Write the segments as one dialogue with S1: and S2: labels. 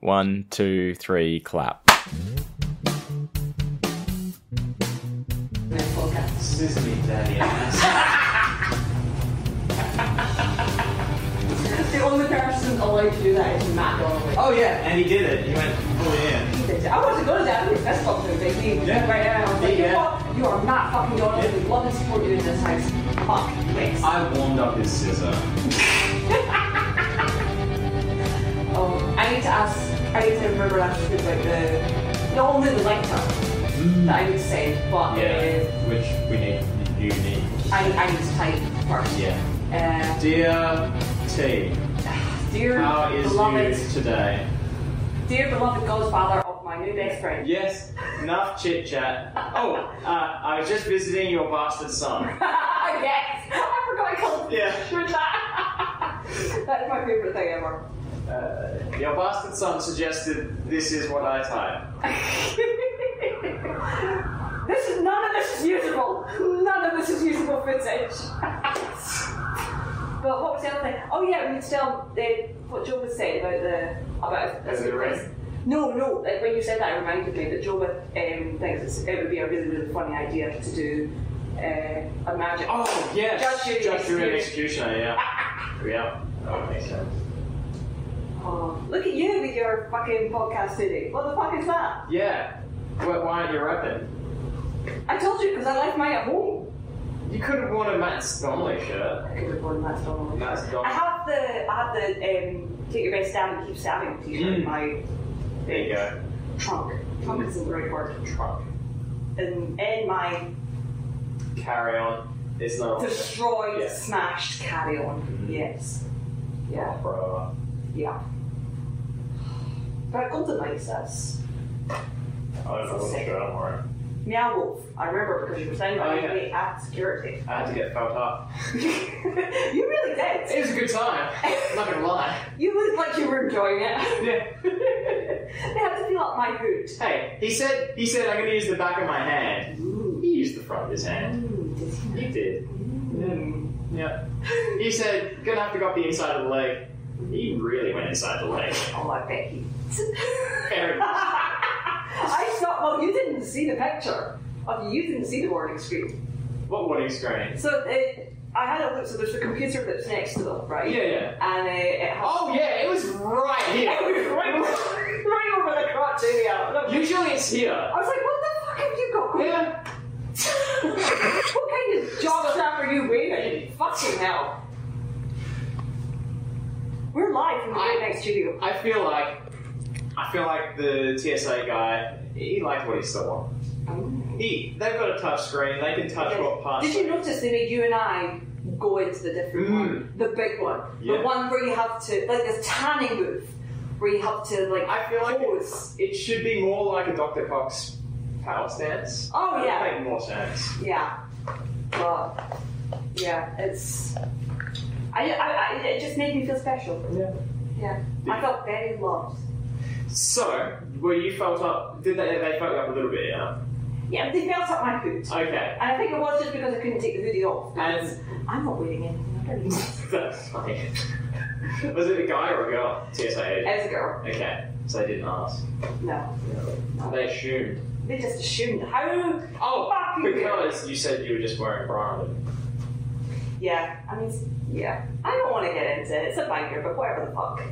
S1: One, two, three, clap.
S2: The only person allowed to do that is Matt Donnelly.
S3: Oh yeah, and he did it. He went fully in.
S2: I wasn't going to that. I was fist bumped him, big knee.
S3: Yeah.
S2: Right now, I was like, you
S3: Yeah.
S2: know what? You are Matt fucking Donnelly.
S3: Yeah.
S2: We love and support you in this house. Fuck, yes.
S3: I warmed up his scissor.
S2: Oh, I need to ask, I need to remember after food about the, the only the lighter that I would say, but
S3: Mm. Oh, Yeah, which we need. You need.
S2: uh, I, I need to type first.
S3: Yeah.
S2: Uh,
S3: Dear T,
S2: dear
S3: how is
S2: beloved,
S3: you today?
S2: dear beloved Godfather of my new best friend.
S3: Yes. Enough chit chat. Oh, uh, I was just visiting your bastard son.
S2: yes! I forgot I called
S3: Yeah.
S2: Sure that. That's my favourite thing ever.
S3: Uh, your bastard son suggested this is what I type.
S2: this is none of this is usable. None of this is usable footage. but what was the other thing? Oh yeah, we still uh, what Joe was saying about the about that's
S3: the ring?
S2: No, no. Like when you said that, it reminded me that Joe um, thinks it's, it would be a really, really funny idea to do uh, a magic.
S3: Oh yes.
S2: Judge, jury,
S3: Judge, jury, and
S2: execution.
S3: executioner. Yeah. yeah. That would make sense.
S2: Oh, look at you with your fucking podcast today. What the fuck is that?
S3: Yeah. Why, why aren't you right then?
S2: I told you because I like mine at home.
S3: You could have worn a Matt Stomley shirt.
S2: I could have worn Matt's Donald.
S3: Matt
S2: I
S3: Stomley.
S2: have the I have the um, take your best stab and keep stabbing t-shirt in
S3: Mm.
S2: my
S3: There you go.
S2: trunk. Trunk isn't the right word.
S3: Trunk.
S2: In, in my
S3: Carry on. It's not a
S2: destroyed,
S3: Yeah. Mm-hmm.
S2: smashed carry-on. Yes. Yeah,
S3: Bro.
S2: yeah. But I got the nicest.
S3: I don't know what shirt I'm wearing.
S2: Meow wolf. I remember because you were saying
S3: Oh,
S2: about
S3: yeah.
S2: me at security.
S3: I had to get felt up.
S2: you really did.
S3: It was a good time. I'm not gonna lie.
S2: You looked like you were enjoying it.
S3: Yeah.
S2: they had to feel up my hood.
S3: hey, he said he said I'm gonna use the back of my hand.
S2: Ooh.
S3: He used the front of his hand.
S2: Ooh, did he
S3: He did.
S2: Mm.
S3: Yep. He said gonna have to go up the inside of the leg. He really went inside the leg.
S2: Oh, I bet he.
S3: Very much.
S2: I saw. Well, you didn't see the picture. Of you didn't see the warning screen.
S3: What warning screen?
S2: So it, I had a look. So there's the computer that's next to them,
S3: Yeah,
S2: right?
S3: yeah.
S2: And uh, it has.
S3: Oh yeah, it was right
S2: It
S3: here.
S2: was right, right over the crotch area. And I was like-
S3: Usually it's here.
S2: I was like, what the fuck have you got? going on?
S3: Yeah.
S2: what kind of job strap are you wearing? Fucking hell. We're live from the
S3: I-
S2: right next studio.
S3: I feel like I feel like the TSA guy. He liked what he saw. He they've got a touch screen. They can touch what parts.
S2: Did you notice they made you and I go into the different one? The big one. The
S3: Mm. Yeah.
S2: one where you have to, like this tanning booth, where you have to, like,
S3: I feel like
S2: pose.
S3: it should be more like a Dr. Cox power stance.
S2: Oh, yeah.
S3: That would make more sense.
S2: Yeah. But, yeah, it's. I, I, I, it just made me feel special.
S3: Yeah.
S2: Yeah. I felt very loved.
S3: So, were you felt up? Did they they felt you up a little bit? Yeah.
S2: Yeah, they felt up my hood.
S3: Okay.
S2: And I think it was just because I couldn't take the hoodie off.
S3: And-
S2: because I'm not wearing anything underneath.
S3: That's funny. Was it a guy or a girl? TSA agent.
S2: As a girl,
S3: Okay. So they didn't ask.
S2: no.
S3: They assumed.
S2: They just assumed. How?
S3: Oh,
S2: Fuck you.
S3: because you said you were just wearing a bra. and-
S2: Yeah, I mean, yeah. I don't want to get into it. It's a banger, but whatever the fuck.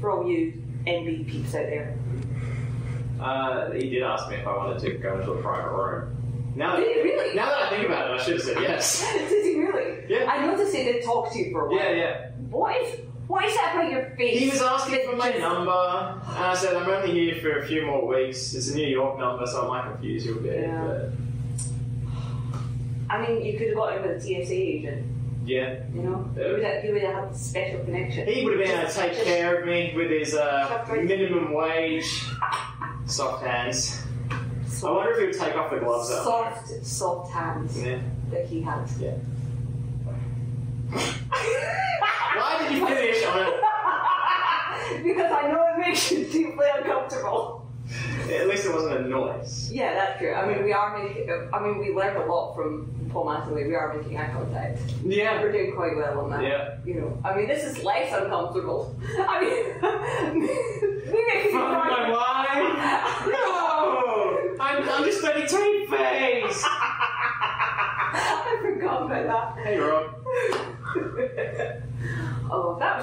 S2: For all you NB peeps out there.
S3: Uh, he did ask me if I wanted to go into a private room. Now that,
S2: Did he really?
S3: now that I think about it, I should have said yes.
S2: Did he really?
S3: Yeah.
S2: I noticed he did talk to you for a while.
S3: Yeah, yeah.
S2: What is, what is that about your face?
S3: He was asking for my
S2: Just-
S3: number, and I said I'm only here for a few more weeks. It's a New York number, so I might confuse you a bit.
S2: Yeah.
S3: But
S2: I mean, you could have got him with a TSA agent,
S3: yeah,
S2: you know?
S3: Yeah.
S2: You would have, you would have had a special connection.
S3: he would have been able to take care of me with his uh,
S2: Soft drinks.
S3: minimum wage soft hands. I
S2: Soft,
S3: wonder if he uh, would take off the gloves. though.
S2: soft, soft hands
S3: Yeah.
S2: that he had.
S3: Yeah. Why did you finish on it?
S2: because I know it makes you deeply uncomfortable.
S3: At least it wasn't a noise.
S2: Yeah, that's true. I mean, we are making. I mean, we learned a lot from Paul Mattingly. We are making eye contact.
S3: Yeah.
S2: We're doing quite well on that.
S3: Yeah.
S2: You know, I mean, this is less uncomfortable. I mean, me making Oh, I have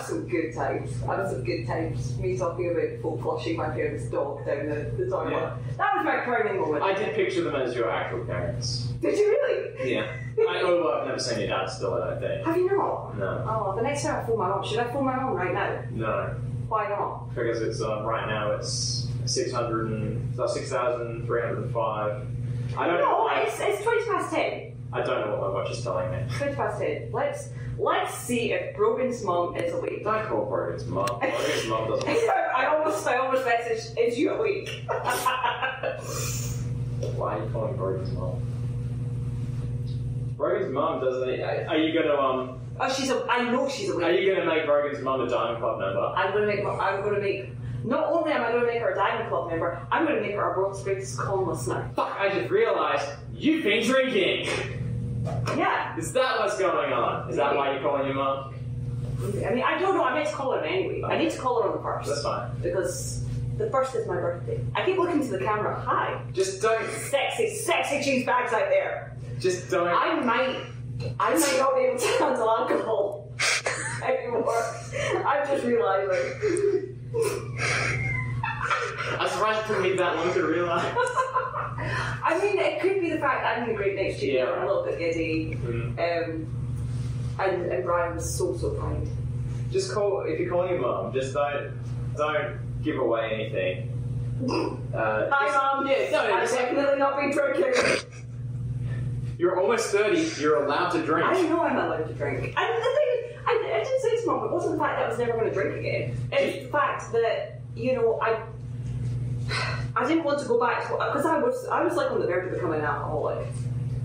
S2: some good times. I have some good times. Me talking about full flushing my parents' dog down the, the toilet.
S3: Yeah.
S2: That was my crowning moment.
S3: I did picture them as your actual parents.
S2: Did you really?
S3: Yeah. I, oh, well, I've never seen your dad still, I don't think.
S2: Have you not?
S3: No.
S2: Oh, the next time I phone my mum, should I phone my mum right now?
S3: No.
S2: Why not?
S3: Because it's, um, right now it's 600 and, uh, 6,305. Uh, I don't know
S2: No,
S3: why.
S2: it's, it's 20 past 10.
S3: I don't know what my watch is telling me.
S2: 20 past 10. Let's, let's see if Brogan's mum is awake.
S3: Don't call Brogan's mum. Brogan's mum doesn't
S2: I almost, I almost messaged, is you awake?
S3: Why are you calling Brogan's mum? Brogan's mum doesn't. Are you gonna um?
S2: Oh, she's. A, I know she's
S3: Are
S2: awake.
S3: you gonna make Brogan's mum a Diamond Club member?
S2: I'm gonna make. I'm gonna make. Not only am I gonna make her a Diamond Club member, I'm gonna make her a world's greatest columnist now.
S3: Fuck! I just realised you've been drinking.
S2: Yeah.
S3: Is that what's going on? Is that why you're calling your mum?
S2: I mean, I don't know. I meant to call her anyway. I need to call her on the
S3: That's
S2: first
S3: fine.
S2: because the first is my birthday. I keep looking to the camera. Hi,
S3: Just don't.
S2: sexy, sexy cheese bags out there.
S3: Just don't.
S2: I might. I might not be able to handle alcohol anymore. I'm just realizing.
S3: I'm surprised it took me that long to realise.
S2: I mean, it could be the fact that I'm in a great next year.
S3: Yeah.
S2: I'm a little bit giddy. Um, and, and Brian was so, so kind.
S3: Just call if you're calling your mum. Just don't. Don't give away anything. Uh, just-
S2: Hi, Mum.
S3: Yeah, no,
S2: I've
S3: just-
S2: definitely not been drinking.
S3: You're almost 30, you're allowed to drink.
S2: I know I'm allowed to drink. And the thing, I, I did say to Mum, it wasn't the fact that I was never going to drink again. It's the fact that, you know, I. I didn't want to go back to because I was I was like on the verge of becoming an alcoholic.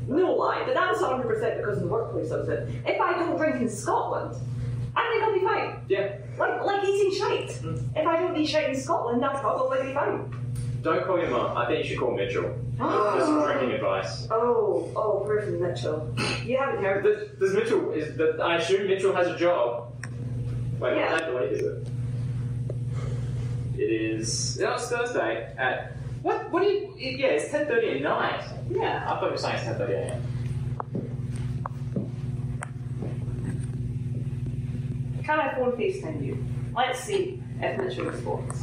S2: No lie, but that was 100 percent because of the workplace I was in. If I don't drink in Scotland, I think I'll be fine.
S3: yeah,
S2: Like, like eating shite. If I don't eat shite in Scotland, I'll probably be fine.
S3: don't call your mum. I think you should call Mitchell. Just
S2: oh,
S3: drinking advice.
S2: oh, Griffin Mitchell. You haven't heard this.
S3: Does, does Mitchell, is the, I assume Mitchell has a job. Wait,
S2: Yeah.
S3: what day of the week is it? It is, no, it's Thursday at, what, what do you, it- yeah, it's 10.30 at night. Yeah, I thought you were saying it's 10.30 a.m.
S2: Can I phone FaceTime you? Let's see if Mitchell responds.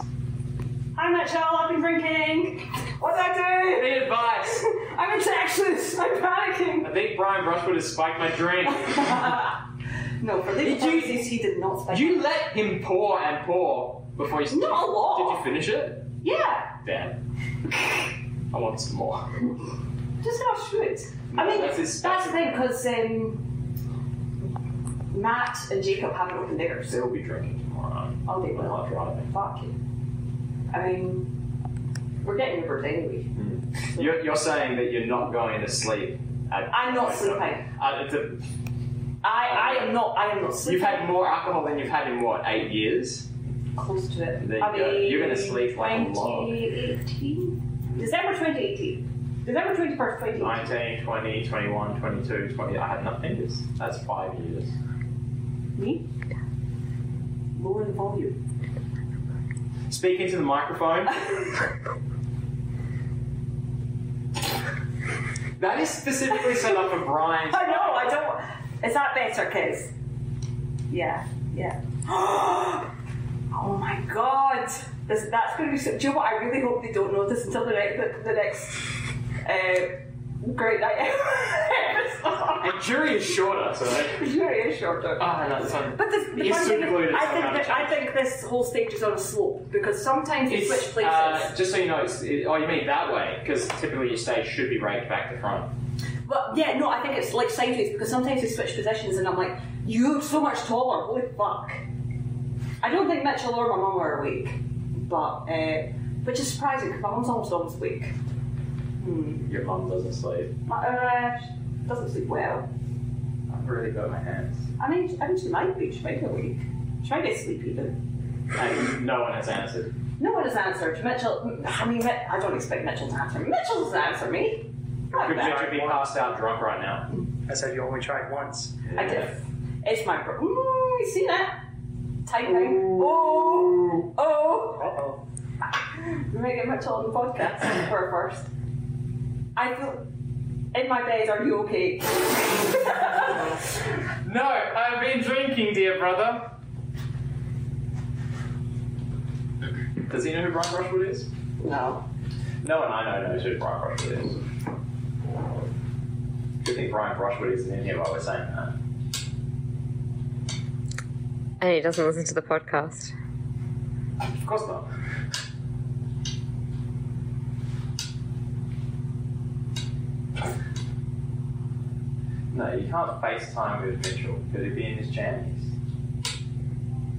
S2: Hi Mitchell, I've been drinking. What's
S3: I
S2: I
S3: need advice.
S2: do? I'm in Texas. I'm panicking.
S3: I think Brian Brushwood has spiked my drink.
S2: no, for the
S3: Did you-
S2: Jesus, he did not spend.
S3: you let him pour and pour before you...
S2: Not a lot.
S3: Did you finish it?
S2: Yeah,
S3: Damn. I want some more.
S2: just enough shoot. I mean,
S3: That's
S2: that's, the
S3: his-
S2: thing because um, Matt and Jacob haven't opened theirs.
S3: They'll be drinking tomorrow.
S2: I'll be
S3: I'm
S2: well.
S3: not driving.
S2: Fuck it. I mean, we're getting Ubers anyway.
S3: You're, you're saying that you're not going to sleep. At,
S2: I'm not sleeping.
S3: Uh, it's a-
S2: I, I am not. I am not sleeping.
S3: you've had more alcohol than you've had in what eight years?
S2: close to it.
S3: There you
S2: I
S3: go.
S2: mean,
S3: You're gonna sleep like a log.
S2: 2018? December 2018. December 21st, 2018.
S3: 19, 20, 21, 22, 20. I had nothing. That's, that's five years.
S2: Me? Lower the volume.
S3: Speak into the microphone. that is specifically set up for Brian.
S2: I know, I don't. Is that better, kids? Yeah, yeah. oh my god! This, that's going to be so. Do you know what? I really hope they don't notice until the, ne- the, the next uh, Great Night episode.
S3: And jury is shorter, so.
S2: Jury is shorter.
S3: Ah, that's fun.
S2: But the, the
S3: It's
S2: one
S3: so
S2: thing is,
S3: glued, it's
S2: I
S3: not
S2: think
S3: gonna
S2: that, I think this whole stage is on a slope because sometimes you switch places.
S3: Uh, just so you know, it's, it, oh, you mean that way? Because typically your stage should be raked back to front.
S2: but yeah, no, I think it's like sideways because sometimes you switch positions and I'm like, you look so much taller. Holy fuck! I don't think Mitchell or my mum were awake, but uh, which is surprising because my mum's almost always awake. Hmm.
S3: Your mum doesn't sleep.
S2: My, uh, she doesn't sleep well.
S3: I've really got my hands.
S2: I mean, I mean she might be. She might be awake. She might get sleep even.
S3: And no one has answered.
S2: No one has answered. Mitchell, I mean, Mi- I don't expect Mitchell to answer. Mitchell doesn't answer me. I
S3: Could
S2: bet.
S3: Victor be passed out drunk right now?
S4: I said you only tried once.
S2: I did. It's my bro. Mm, you seen it? Typing. Oh,
S4: Uh
S2: oh.
S4: oh.
S2: We're making Mitchell on the podcast for a first. I feel in my bed. Are you okay?
S3: No, I've been drinking, dear brother. Does he know who Brian Brushwood is?
S2: No.
S3: No one I know knows who Brian Brushwood is. Good thing Brian Brushwood isn't in here while we're saying that.
S5: And he doesn't listen to the podcast.
S3: Of course not. No, you can't FaceTime with Mitchell because he'd be in his jammies,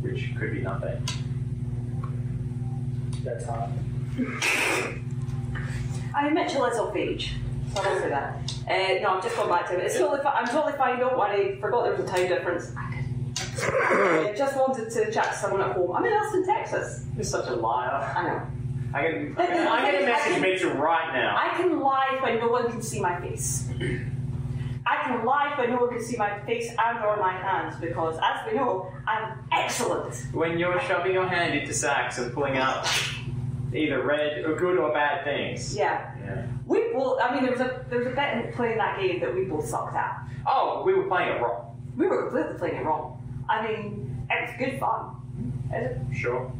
S3: which could be nothing.
S6: That's hot.
S2: I Mitchell is of age, so I will say that. Uh, no, I'm just going back to it. It's totally fi- I'm totally fine. Don't worry. Forgot there was a time difference. I just wanted to chat to someone at home. I'm in Austin, Texas.
S3: You're such a liar.
S2: I know.
S3: I'm gonna, I'm gonna message Mitchell right now.
S2: I can lie when no one can see my face. I can lie when no one can see my face and or my hands because, as we know, I'm excellent.
S3: When you're shoving your hand into sacks and pulling out either red or good or bad things.
S2: Yeah.
S3: Yeah.
S2: We both. I mean, there was a there was a bit in playing that game that we both sucked at.
S3: Oh, we were playing it wrong.
S2: We were completely playing it wrong. I mean, it was good fun. It-
S3: Sure.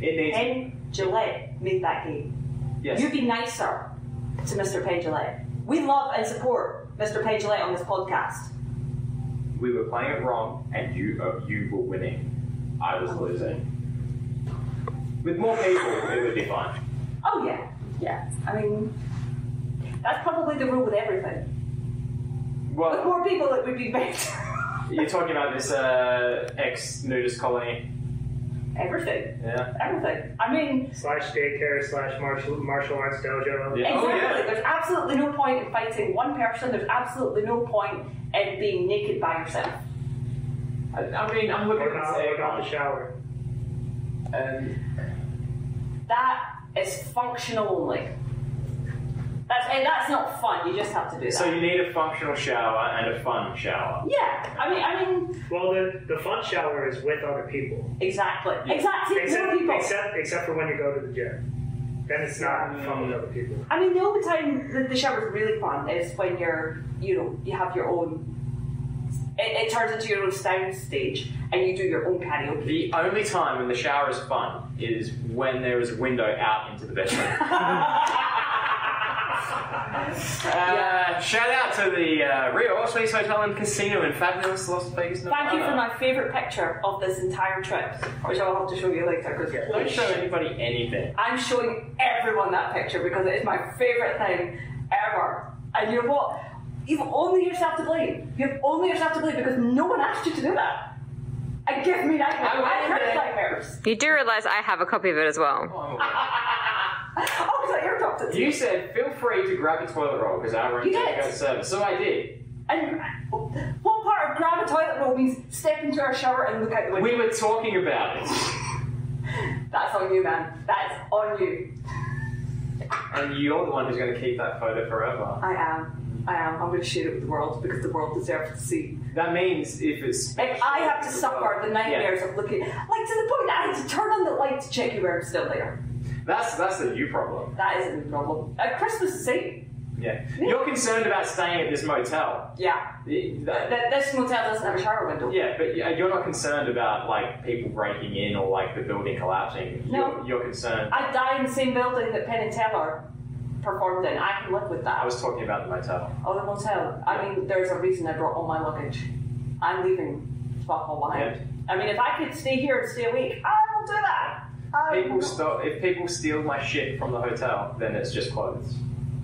S3: It needs.
S2: Penn Gillette made that game.
S3: yes.
S2: You be nicer to Mr. Penn Gillette. We love and support Mr. Penn Gillette on this podcast.
S3: We were playing it wrong, and you uh, you were winning. I was losing. With more people, it would be fine.
S2: Oh yeah, yeah. I mean, that's probably the rule with everything. With
S3: Well,
S2: more people, it would be better.
S3: you're talking about this uh, ex nudist colony.
S2: everything,
S3: Yeah.
S2: everything. I mean,
S6: Slash daycare slash martial, martial arts dojo.
S3: Yeah. Oh,
S2: exactly.
S3: yeah.
S2: There's absolutely no point in fighting one person. There's absolutely no point in being naked by yourself.
S3: I, I mean, I'm looking
S6: Or
S3: at
S6: not,
S3: this
S6: or not the
S3: egg,
S6: shower.
S3: and
S2: That is functional only. That's and that's not fun. You just have to do that.
S3: so you need a functional shower and a fun shower.
S2: yeah, I mean, I mean,
S6: Well, the, the fun shower is with other people.
S2: exactly, exactly. No
S6: Except,
S2: people.
S6: except except for when you go to the gym. Then it's not fun with other people.
S2: I mean, the only time that the shower's really fun is when you're, you know, you have your own. It, it turns into your own sound stage, and you do your own karaoke.
S3: The only time when the shower is fun is when there is a window out into the bedroom. Uh, Shout out to the uh, Rio Auspeace Hotel and Casino in fabulous Las Vegas.
S2: Thank you for
S3: Nevada.
S2: my favourite picture of this entire trip, which I'll have to show you later. Because
S3: Don't show anybody anything.
S2: I'm showing everyone that picture because it is my favourite thing ever. And you know what? You've only yourself to blame. You've only yourself to blame because no one asked you to do that. And give me nightmares.
S3: I
S2: I
S3: wonder-
S2: heard nightmares.
S5: You do realise I have a copy of it as well.
S2: Oh, because I airdropped it. to you.
S3: You said feel free to grab a toilet roll because our room
S2: You
S3: didn't
S2: did.
S3: go to service, so I did.
S2: And what part of grab a toilet roll means step into our shower and look out the window?
S3: We were talking about it,
S2: That's on you, man. That's on you.
S3: and you're the one who's going to keep that photo forever.
S2: I am. I am. I'm going to share it with the world because the world deserves to see.
S3: That means if it's
S2: If I have to suffer the nightmares of looking, like to the point that I had to turn on the light to check you were still there.
S3: Yeah. That's that's a you problem.
S2: That isn't a problem. At Christmas is safe.
S3: Yeah, you're concerned about staying at this motel.
S2: Yeah.
S3: It- that-
S2: Th- This motel doesn't have a shower window.
S3: yeah, but you- you're not concerned about like people breaking in or like the building collapsing.
S2: No.
S3: You're, you're concerned.
S2: I die in the same building that Penn and Teller performed in. I can live with
S3: I
S2: that.
S3: was talking about the motel.
S2: Oh, the motel. I mean, there's a reason I brought all my luggage. I'm leaving fuck all behind. I mean, if I could stay here and stay a week, I will do that. I
S3: People
S2: will.
S3: sto- if people steal my shit from the hotel, then it's just clothes.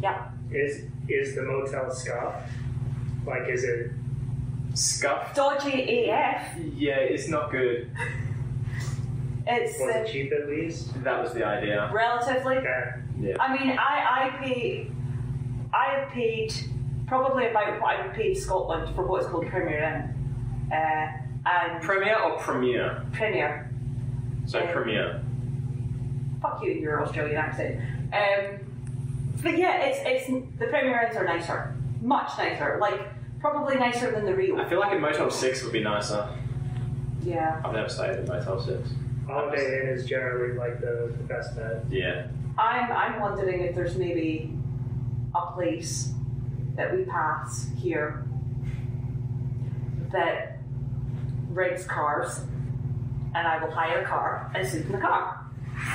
S2: Yeah.
S6: Is is the motel scuff? Like, is it?
S3: Scuffed.
S2: Dodgy AF.
S3: Yeah, it's not good.
S2: It's
S6: Was it
S2: uh,
S6: cheap at least?
S3: That was the idea.
S2: relatively.
S6: Okay.
S3: Yeah.
S2: I mean, I, I pay, I have paid probably about what I would pay in Scotland for what's called Premier Inn, uh, and
S3: Premier or Premier?
S2: Premier.
S3: So
S2: Yeah.
S3: Premier.
S2: Fuck you and your Australian accent. Um, but yeah, it's it's the Premier Inns are nicer, much nicer. Like probably nicer than the real.
S3: I feel like a Motel 6 would be nicer.
S2: Yeah,
S3: I've never stayed at a Motel 6.
S6: Holiday Inn is generally like the, the best bet.
S3: Yeah.
S2: I'm I'm wondering if there's maybe a place that we pass here that rents cars and I will hire a car and sleep in the car.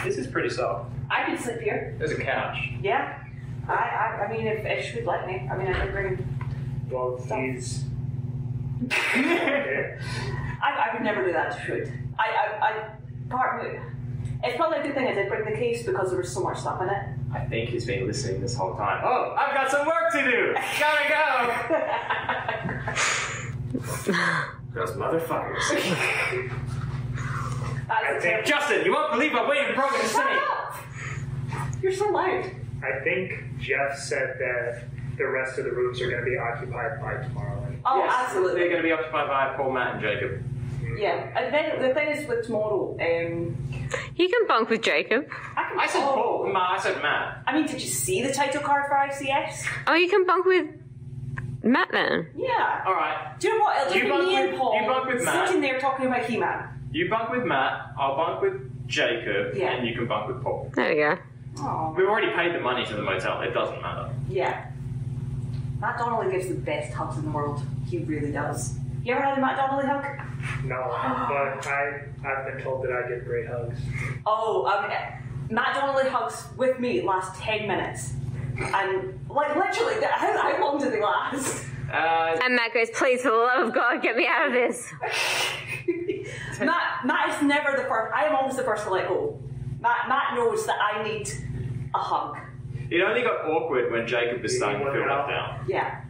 S3: This is pretty soft.
S2: I can sleep here.
S3: There's a couch.
S2: Yeah. I, I, I mean, if, if she would let me, I mean, I could bring.
S6: Well, he's there.
S2: I, I would never do that to Shrewd. I, I, I, part me. It's probably a good thing I did bring the case because there was so much stuff in it.
S3: I think he's been listening this whole time. Oh, I've got some work to do. Gotta go. Those motherfuckers.
S2: That's
S6: I think
S3: Justin, you won't believe I waited broken to
S2: Shut
S3: say.
S2: up! You're so loud.
S6: I think Jeff said that the rest of the rooms are going to be occupied by tomorrow.
S2: Oh,
S3: Yes, They're
S2: absolutely.
S3: going to be occupied by Paul, Matt, and Jacob.
S2: Yeah. And then the thing is with tomorrow, um,
S5: You can bunk with Jacob.
S2: I can.
S3: I said
S2: oh,
S3: Paul. Ma, I said Matt.
S2: I mean, did you see the title card for ICS?
S5: Oh, you can bunk with Matt then.
S2: Yeah.
S3: All right.
S2: Do you know what? It'll
S3: You
S2: just be
S3: bunk
S2: me
S3: with-
S2: and Paul
S3: you bunk with Matt.
S2: sitting there talking about He-Man.
S3: You bunk with Matt. I'll bunk with Jacob,
S2: Yeah.
S3: and you can bunk with Paul.
S5: There we go.
S2: Oh.
S3: We've already paid the money to the motel. It doesn't matter.
S2: Yeah. Matt Donnelly gives the best hugs in the world. He really does. You ever had a Matt Donnelly hug?
S6: No, but I I've been told that I get great hugs.
S2: Oh, um, Matt Donnelly hugs with me last ten minutes, and like literally, th- how, how long did they last?
S3: Uh,
S5: And Matt goes, please, for the love of God, get me out of this.
S2: Matt, Matt is never the first. I am always the first to let go. Matt, Matt knows that I need a hug.
S3: it only got awkward when Jacob was starting to feel left out.
S2: Yeah,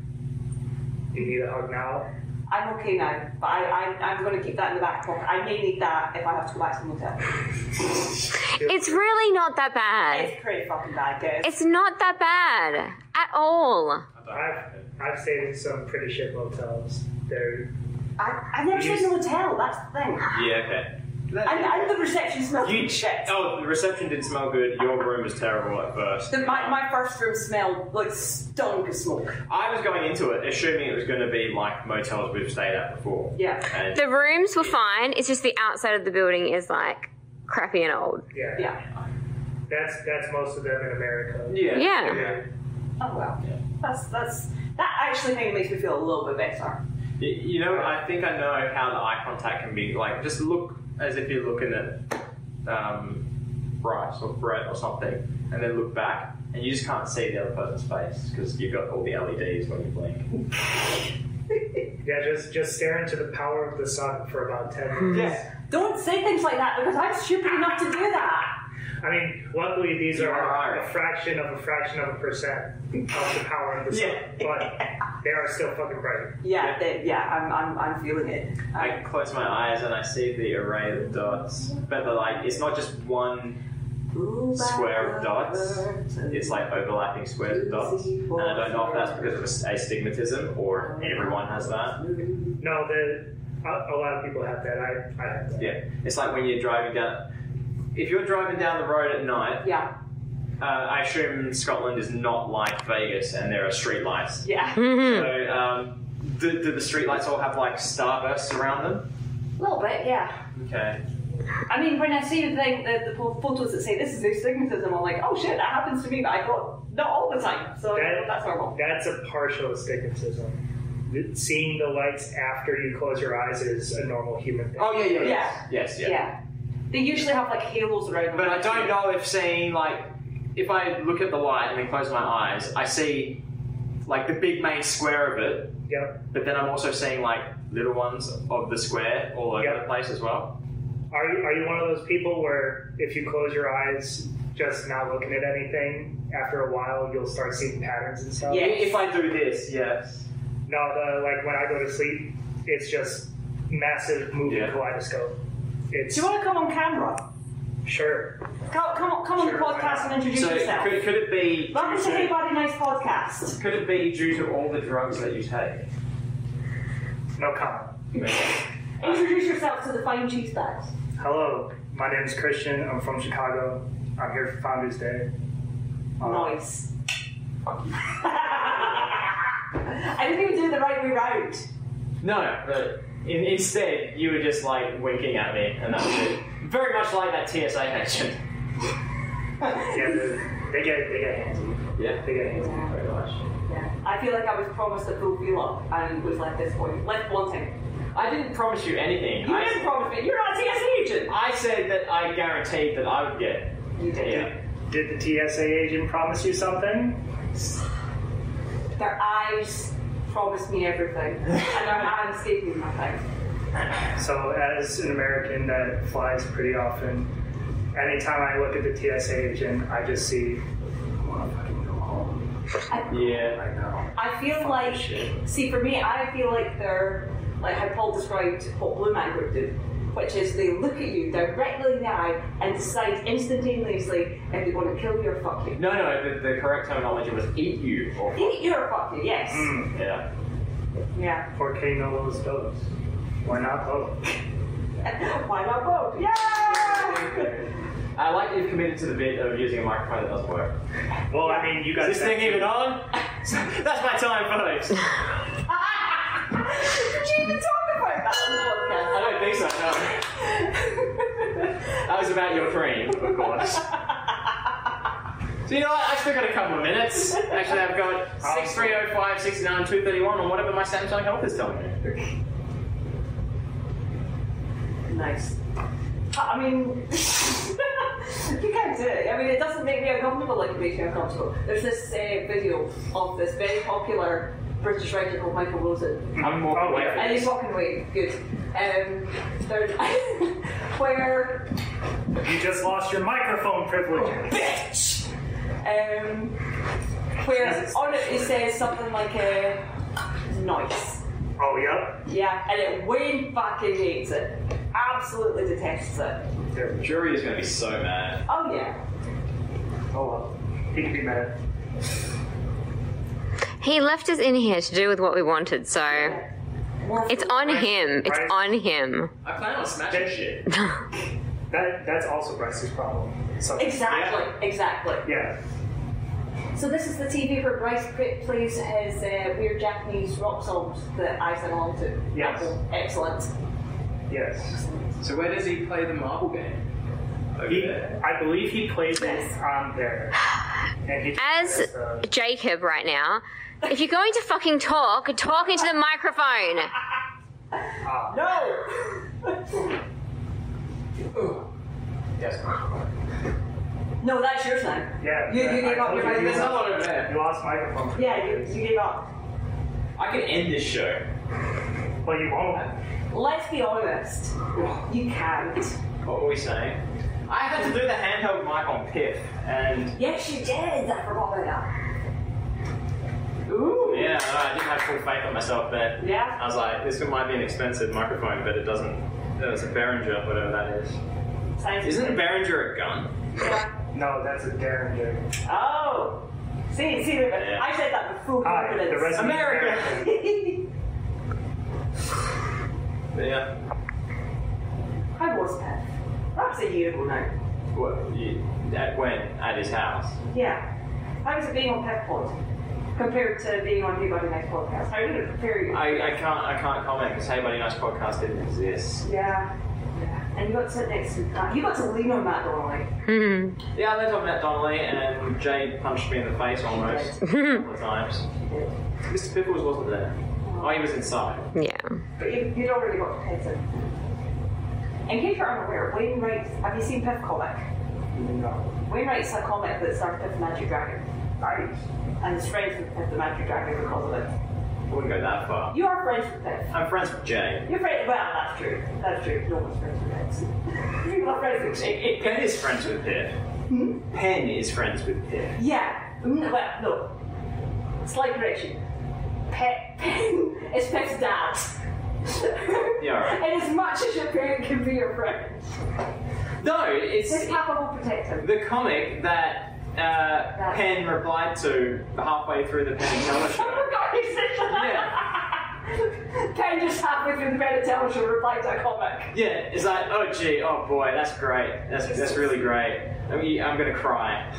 S6: You need a hug now.
S2: I'm okay now, but I, I I'm going to keep that in the back pocket. I may need that if I have to go back to the motel.
S5: It's really not that bad.
S2: It's pretty fucking bad, guys.
S5: It's not that bad at all.
S6: I've I've stayed in some pretty shit motels. They're
S2: I, I've never stayed in a motel. That's the thing.
S3: Yeah, okay.
S2: And, and the reception smells
S3: You
S2: like shit.
S3: Oh, the reception didn't smell good. Your room was terrible at first.
S2: The, my, my first room smelled like stunk of smoke.
S3: I was going into it assuming it was going to be like motels we've stayed at before.
S2: Yeah.
S3: And
S5: The rooms were fine. It's just the outside of the building is like crappy and old.
S6: yeah,
S2: Yeah.
S6: That's that's most of them in America.
S3: yeah.
S5: Yeah.
S2: Oh well. That's that's that actually kind of makes me feel a little bit better.
S3: Y- You know, I think I know how the eye contact can be. Like, just look as if you're looking at um, rice or bread or something, and then look back, and you just can't see the other person's face because you've got all the LEDs when you blink.
S6: Yeah, just just stare into the power of the sun for about ten minutes.
S2: Don't say things like that because I'm stupid enough to do that.
S6: I mean, luckily these are,
S3: are Irish.
S6: a fraction of a fraction of a percent of the power of the sun,
S3: Yeah.
S6: but they are still fucking bright.
S2: Yeah, they- yeah, I'm, I'm, I'm feeling it.
S3: I close my eyes and I see the array of dots, but they're like it's not just one.
S2: Ooh,
S3: Square of dots.
S2: backwards and-
S3: It's like overlapping squares of dots, and I don't know if that's because of astigmatism or everyone has that.
S6: No, the a, a lot of people have that. I I have that.
S3: Yeah, it's like when you're driving down. If you're driving down the road at night,
S2: Yeah,
S3: uh, I assume Scotland is not like Vegas, and there are streetlights.
S2: yeah,
S3: So, um, do, do the streetlights all have like starbursts around them?
S2: a little bit, yeah.
S3: Okay.
S2: I mean, when I see the thing, the, the po- photos that say this is astigmatism, I'm like, oh shit, that happens to me, but I got not all the time, so
S6: That-
S2: that's normal.
S6: That's a partial astigmatism. Th- Seeing the lights after you close your eyes is a normal human thing.
S3: Oh yeah, yeah,
S2: Yeah.
S3: yes, yeah.
S2: Yeah. They usually have like halos around. them.
S3: But I don't know if seeing like if I look at the light and then close my eyes, I see like the big main square of it,
S6: Yep.
S3: but then I'm also seeing like little ones of the square all over
S6: Yeah.
S3: the place as well.
S6: Are you are you one of those people where if you close your eyes, just not looking at anything, after a while you'll start seeing patterns and stuff?
S2: Yeah.
S3: If I do this, yes.
S6: No, the like when I go to sleep, it's just massive moving
S3: Yeah.
S6: kaleidoscope. It's
S2: Do you want to come on camera?
S6: sure.
S2: Come, come, on- come on
S6: Sure,
S2: the
S6: why
S2: podcast
S6: not?
S2: and introduce
S3: So
S2: yourself.
S3: could, could it be?
S2: Welcome
S3: due
S2: to
S3: to-
S2: Hey Buddy Nice Podcast.
S3: Could it be due to all the drugs that you take?
S6: No comment.
S2: Introduce yourself to the fine cheese bags.
S6: Hello, my name is Christian. I'm from Chicago. I'm here for Founders Day. Uh,
S2: Nice. I didn't even do it the right way round.
S3: No, but in, instead you were just like winking at me, and that was it. Very much like that TSA agent.
S6: Yeah, they- they get they get handsy.
S3: Yeah,
S6: They get handsy.
S3: very much.
S2: I feel like I was promised a full feel up and was left this point, left wanting.
S3: I didn't promise you anything.
S2: You
S3: I,
S2: didn't promise me. You're not a TSA agent.
S3: I said that I guaranteed that I would get.
S2: You did.
S3: Yeah.
S6: Did the TSA agent promise you something?
S2: Their eyes promised me everything, and their hands gave me nothing.
S6: So, as an American that flies pretty often, anytime I look at the TSA agent, I just see, I want to fucking go home
S3: Yeah.
S6: right now.
S2: I feel like,
S6: shit.
S2: see, for me, I feel like they're like how Paul described what Blue Man Group do, which is they look at you directly in the eye and decide instantaneously if they want to kill you or fuck you.
S3: No, no. The, the correct terminology was eat you. Or,
S2: Eat you or fuck you, yes.
S6: Mm,
S3: yeah.
S2: Yeah.
S6: Or K no those dogs. Why not both?
S2: Why not both? Yeah!
S3: I like that you've committed to the bit of using a microphone that doesn't work.
S6: Well, I mean, you guys.
S3: Is this thing even on? That's my time, folks.
S2: Did you even talk about that on the podcast?
S3: I don't think so. No. That was about your dream, of course. So you know what? I still got a couple of minutes. Actually, I've got 6305, 69, 231, or whatever my Samsung Health is telling me.
S2: Nice. I mean, you can't do it. I mean, it doesn't make me uncomfortable like it makes me uncomfortable. There's this uh, video of this very popular British writer called Michael Rosen,
S3: I'm walking
S6: Oh,
S3: away
S6: yeah.
S3: from
S2: and he's walking away. Good. Um, there's where
S6: You just lost your microphone privilege.
S2: bitch. Um, where on it he says something like a nice.
S6: Oh, yep.
S2: Yeah, and it Wayne fucking hates it. Absolutely detests it.
S3: The jury is going to be so mad.
S2: Oh yeah.
S6: Oh, well. He can be mad.
S5: He left us in here to do with what we wanted, so
S2: More
S5: it's on him. It's
S6: Right.
S5: on him.
S3: I plan on smashing shit.
S6: That, that's also Bryce's problem. So,
S2: Exactly, exactly.
S6: Yeah.
S2: So this is the TV where Bryce Pitt plays his uh, weird Japanese rock songs that I sing along to. Oh,
S6: Yes.
S2: Excellent.
S6: Yes.
S3: So where does he play the marble game? Over
S6: He,
S3: there.
S6: I believe he plays
S2: Yes.
S6: it on there. And he
S5: As
S6: uh,
S5: Jacob right now, if you're going to fucking talk, talk into the microphone.
S2: No!
S3: Yes.
S2: No, that's yours now.
S6: Yeah,
S2: You, you
S6: I-
S2: gave up
S6: I told
S2: your
S6: you
S2: mind.
S3: There's not a lot of there.
S6: you lost microphone.
S2: Yeah, you, you gave up.
S3: I can end this show.
S6: Well, you won't.
S2: Let's be honest. You can't.
S3: What were we saying? I had to do the handheld mic on Piff, and
S2: Yes, you did. I forgot about that. Ooh.
S3: yeah, no, I didn't have full faith in myself there.
S2: Yeah.
S3: I was like, this might be an expensive microphone, but it doesn't. It was a Behringer, whatever that is.
S2: Sounds
S3: Isn't a Behringer a gun?
S2: Yeah.
S6: No, that's a Derringer.
S2: Oh. See, see,
S3: Yeah.
S2: I said that with full
S6: Hi,
S2: confidence.
S6: the rest of
S3: America. Yeah.
S2: I was there. That was a year ago now.
S3: What? You, at when? At his house.
S2: Yeah. How is it being on Pep Pod compared to being on Hey Buddy Next Podcast? How did it prepare you?
S3: I, I can't I can't comment because Hey Buddy Nice podcast didn't exist.
S2: yeah. Yeah. And you got to sit next to Matt. You got to lean on Matt Donnelly.
S3: Yeah, I lived on Matt Donnelly and Jade punched me in the face almost a couple of times. Mr. Pickles wasn't there. Oh, he was inside.
S5: Yeah.
S2: But you, you'd already got to pet him. In case you're unaware, Wayne writes, have you seen Piff comic?
S6: No.
S2: Wayne writes a comic that's our Piff the Magic Dragon.
S6: Nice.
S2: And is friends with Piff the Magic Dragon because of it.
S3: I wouldn't go that far.
S2: You are friends with Piff.
S3: I'm friends with Jade.
S2: You're friends, well, that's true. That's true. No one's friends with Piff. You're not friends with Jake.
S3: Penn is friends with Piff. Penn is friends with Piff.
S2: Yeah, mm, well, no. Slight correction. Pet Pen is Pet's dad.
S3: Yeah, alright.
S2: And as much as your parent can be your friend,
S3: No, it's
S2: his papa will protect him.
S3: the comic that uh, Penn replied to halfway through the Penn and Teller
S2: Oh my
S3: show.
S2: god, he said that! Pen just halfway through the better tell should reply to a comic.
S3: Yeah, it's like, oh gee, oh boy, that's great. That's that's really great. I mean, I'm gonna cry.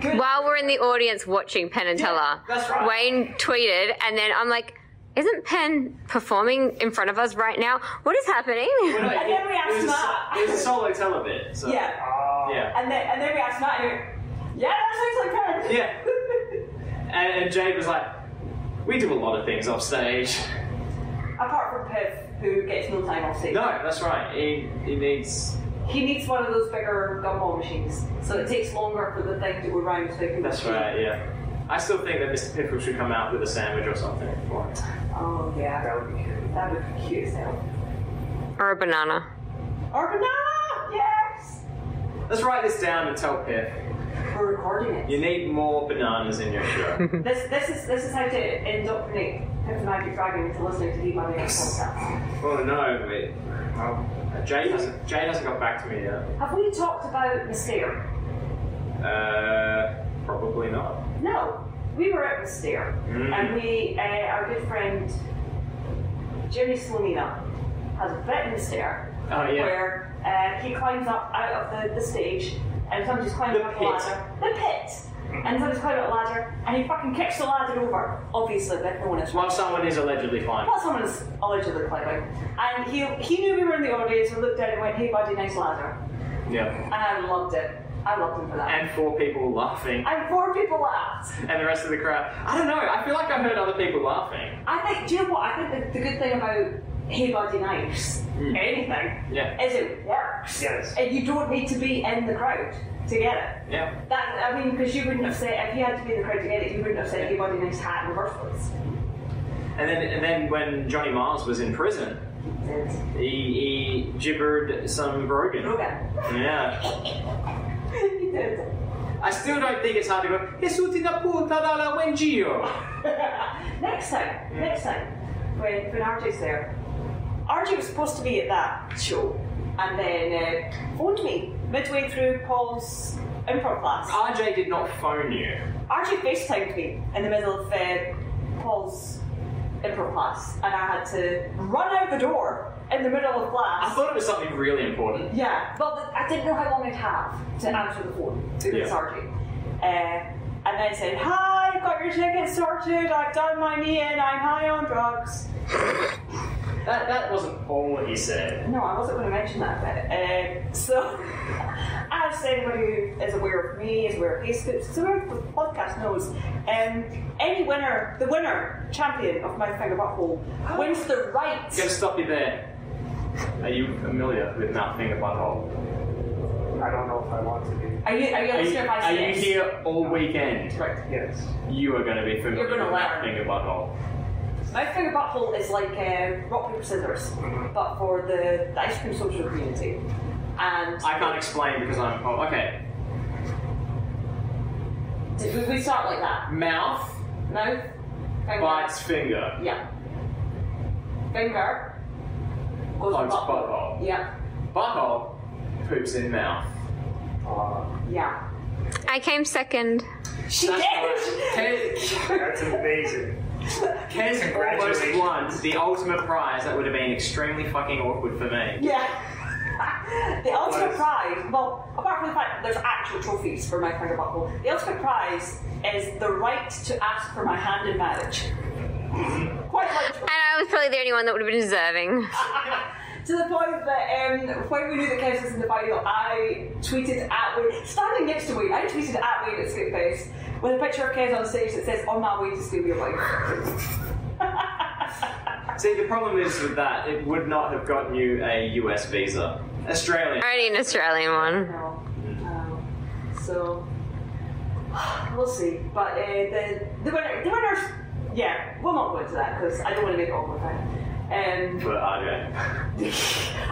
S2: Good.
S5: While we're in the audience watching Penn and Teller,
S3: that's right.
S5: Wayne tweeted, and then I'm like, isn't Penn performing in front of us right now? What is happening?
S3: Well, no,
S2: And then we
S3: it- it
S2: asked
S3: was a so-
S2: Matt.
S3: It was a solo tele bit. So,
S2: Yeah.
S6: Oh.
S3: Yeah.
S2: And then, and then we asked Matt, and he went, yeah, that sounds like Pen.
S3: Yeah. And, and Jade was like, we do a lot of things off stage.
S2: Apart from Piff. who gets no time off stage.
S3: No, that's right. He, he needs.
S2: He needs one of those bigger gumball machines, so it takes longer for the thing to go round to the
S3: That's
S2: convention.
S3: right. Yeah. I still think that Mr. Pickle should come out with a sandwich or something. for him.
S2: Oh yeah,
S6: That would be good.
S2: that would be cute as hell.
S5: Or a banana.
S2: Or banana! Yes!
S3: Let's write this down and tell Piff.
S2: We're recording it.
S3: You need more bananas in your show.
S2: This this is this is how to indoctrinate Pip and Magic Dragon into listening to the Money podcast.
S3: oh no, wait. Well, Jade hasn't. Jade hasn't got back to me yet.
S2: Have we talked about Mystere?
S3: Uh, probably not.
S2: No. We were at Mystere
S3: Mm.
S2: and we uh, our good friend Jimmy Slomina has written Mystere
S3: Oh yeah.
S2: where uh, he climbs up out of the, the stage and somebody's climbing
S3: The
S2: up
S3: pit. Mm.
S2: a ladder. The pit! And somebody's climbing up a ladder and he fucking kicks the ladder over. Obviously that no one is
S3: While someone is allegedly fine.
S2: Well, someone is allegedly climbing. And he, he knew we were in the audience and looked down and went, hey, buddy, nice ladder.
S3: Yeah.
S2: And I loved it. I loved him for that.
S3: And four people laughing,
S2: And four people laughed.
S3: and the rest of the crowd. I don't know. I feel like I heard other people laughing.
S2: I think, do you know what? I think the, the good thing about Hey Buddy Nice, anything,
S3: Yeah.
S2: is it works.
S6: Yes.
S2: And you don't need to be in the crowd to get it.
S3: Yeah.
S2: That, I mean, because you wouldn't have said, if you had to be in the crowd to get it, you wouldn't have said Hey Buddy Nice hat in the first place.
S3: And then and then when Johnny Miles was in prison, he, he gibbered some Rogan.
S2: Rogan.
S3: Yeah.
S2: he did.
S3: I still don't think it's hard to go. "Es una puta dalla buen giro."
S2: next time, next time, when when RJ's there, RJ was supposed to be at that show, and then uh, phoned me midway through Paul's improv
S4: Ah,
S2: class.
S3: RJ did not phone you.
S2: RJ FaceTimed me in the middle of uh, Paul's improv class, and I had to run out the door in the middle of class.
S3: I thought it was something really important.
S2: Yeah, well, th- I didn't know how long I'd have to answer the phone to
S3: Yeah.
S2: the sergeant. Uh, and then said, Hi, I've got your ticket sorted, I've done my knee in, I'm high on drugs.
S3: That that wasn't all he said.
S2: No, I wasn't going to mention that bit. Uh, so, as anybody who is aware of me, is aware of Ace Scoops, is aware of the podcast knows, um, any winner, the winner, champion of my finger butthole, wins the right.
S3: I'm gonna stop you there. Are you familiar with Mount Finger Butthole?
S6: Oh, I don't know if I want to be.
S2: Are you, are you
S3: Are you,
S2: listening to my
S3: are you
S2: steps?
S3: here all weekend?
S2: Right.
S6: Yes.
S3: You are gonna be
S2: You're
S3: familiar
S2: gonna
S3: with Mount
S2: learn.
S3: Finger Butthole.
S2: My favourite butthole is like uh, rock, paper, scissors, but for the, the ice cream social community. And
S3: I can't explain because I'm oh, okay.
S2: did we, we start like that?
S3: Mouth
S2: No? Finger.
S3: bites finger.
S2: Yeah. Finger. Goes
S3: Bites
S2: butthole.
S3: butthole.
S2: Yeah.
S3: Butthole poops in mouth.
S6: Uh,
S2: Yeah.
S5: I came second.
S2: She did!
S3: Kes,
S6: that's amazing.
S3: Kes almost
S6: Congratulations.
S3: won the ultimate prize that would have been extremely fucking awkward for me.
S2: Yeah. the ultimate prize, well, apart from the fact that there's actual trophies for my finger butthole, the ultimate prize is the right to ask for my hand in marriage. Quite like
S5: And I was probably the only one that would have been deserving.
S2: To the point that um, when we knew that Kev was in the final, I tweeted at Wayne, standing next to Wayne, I tweeted at Wayne at Scoopfest with a picture of Kev on stage that says, On my way to steal your wife.
S3: See, the problem is with that, it would not have gotten you a US visa. Australian.
S5: Already an Australian one.
S2: no. no. um, So, we'll see. But uh, the, the, winner, the winners, yeah, we'll not go into that because I don't want to make it awkward. right? Um,
S3: For RJ.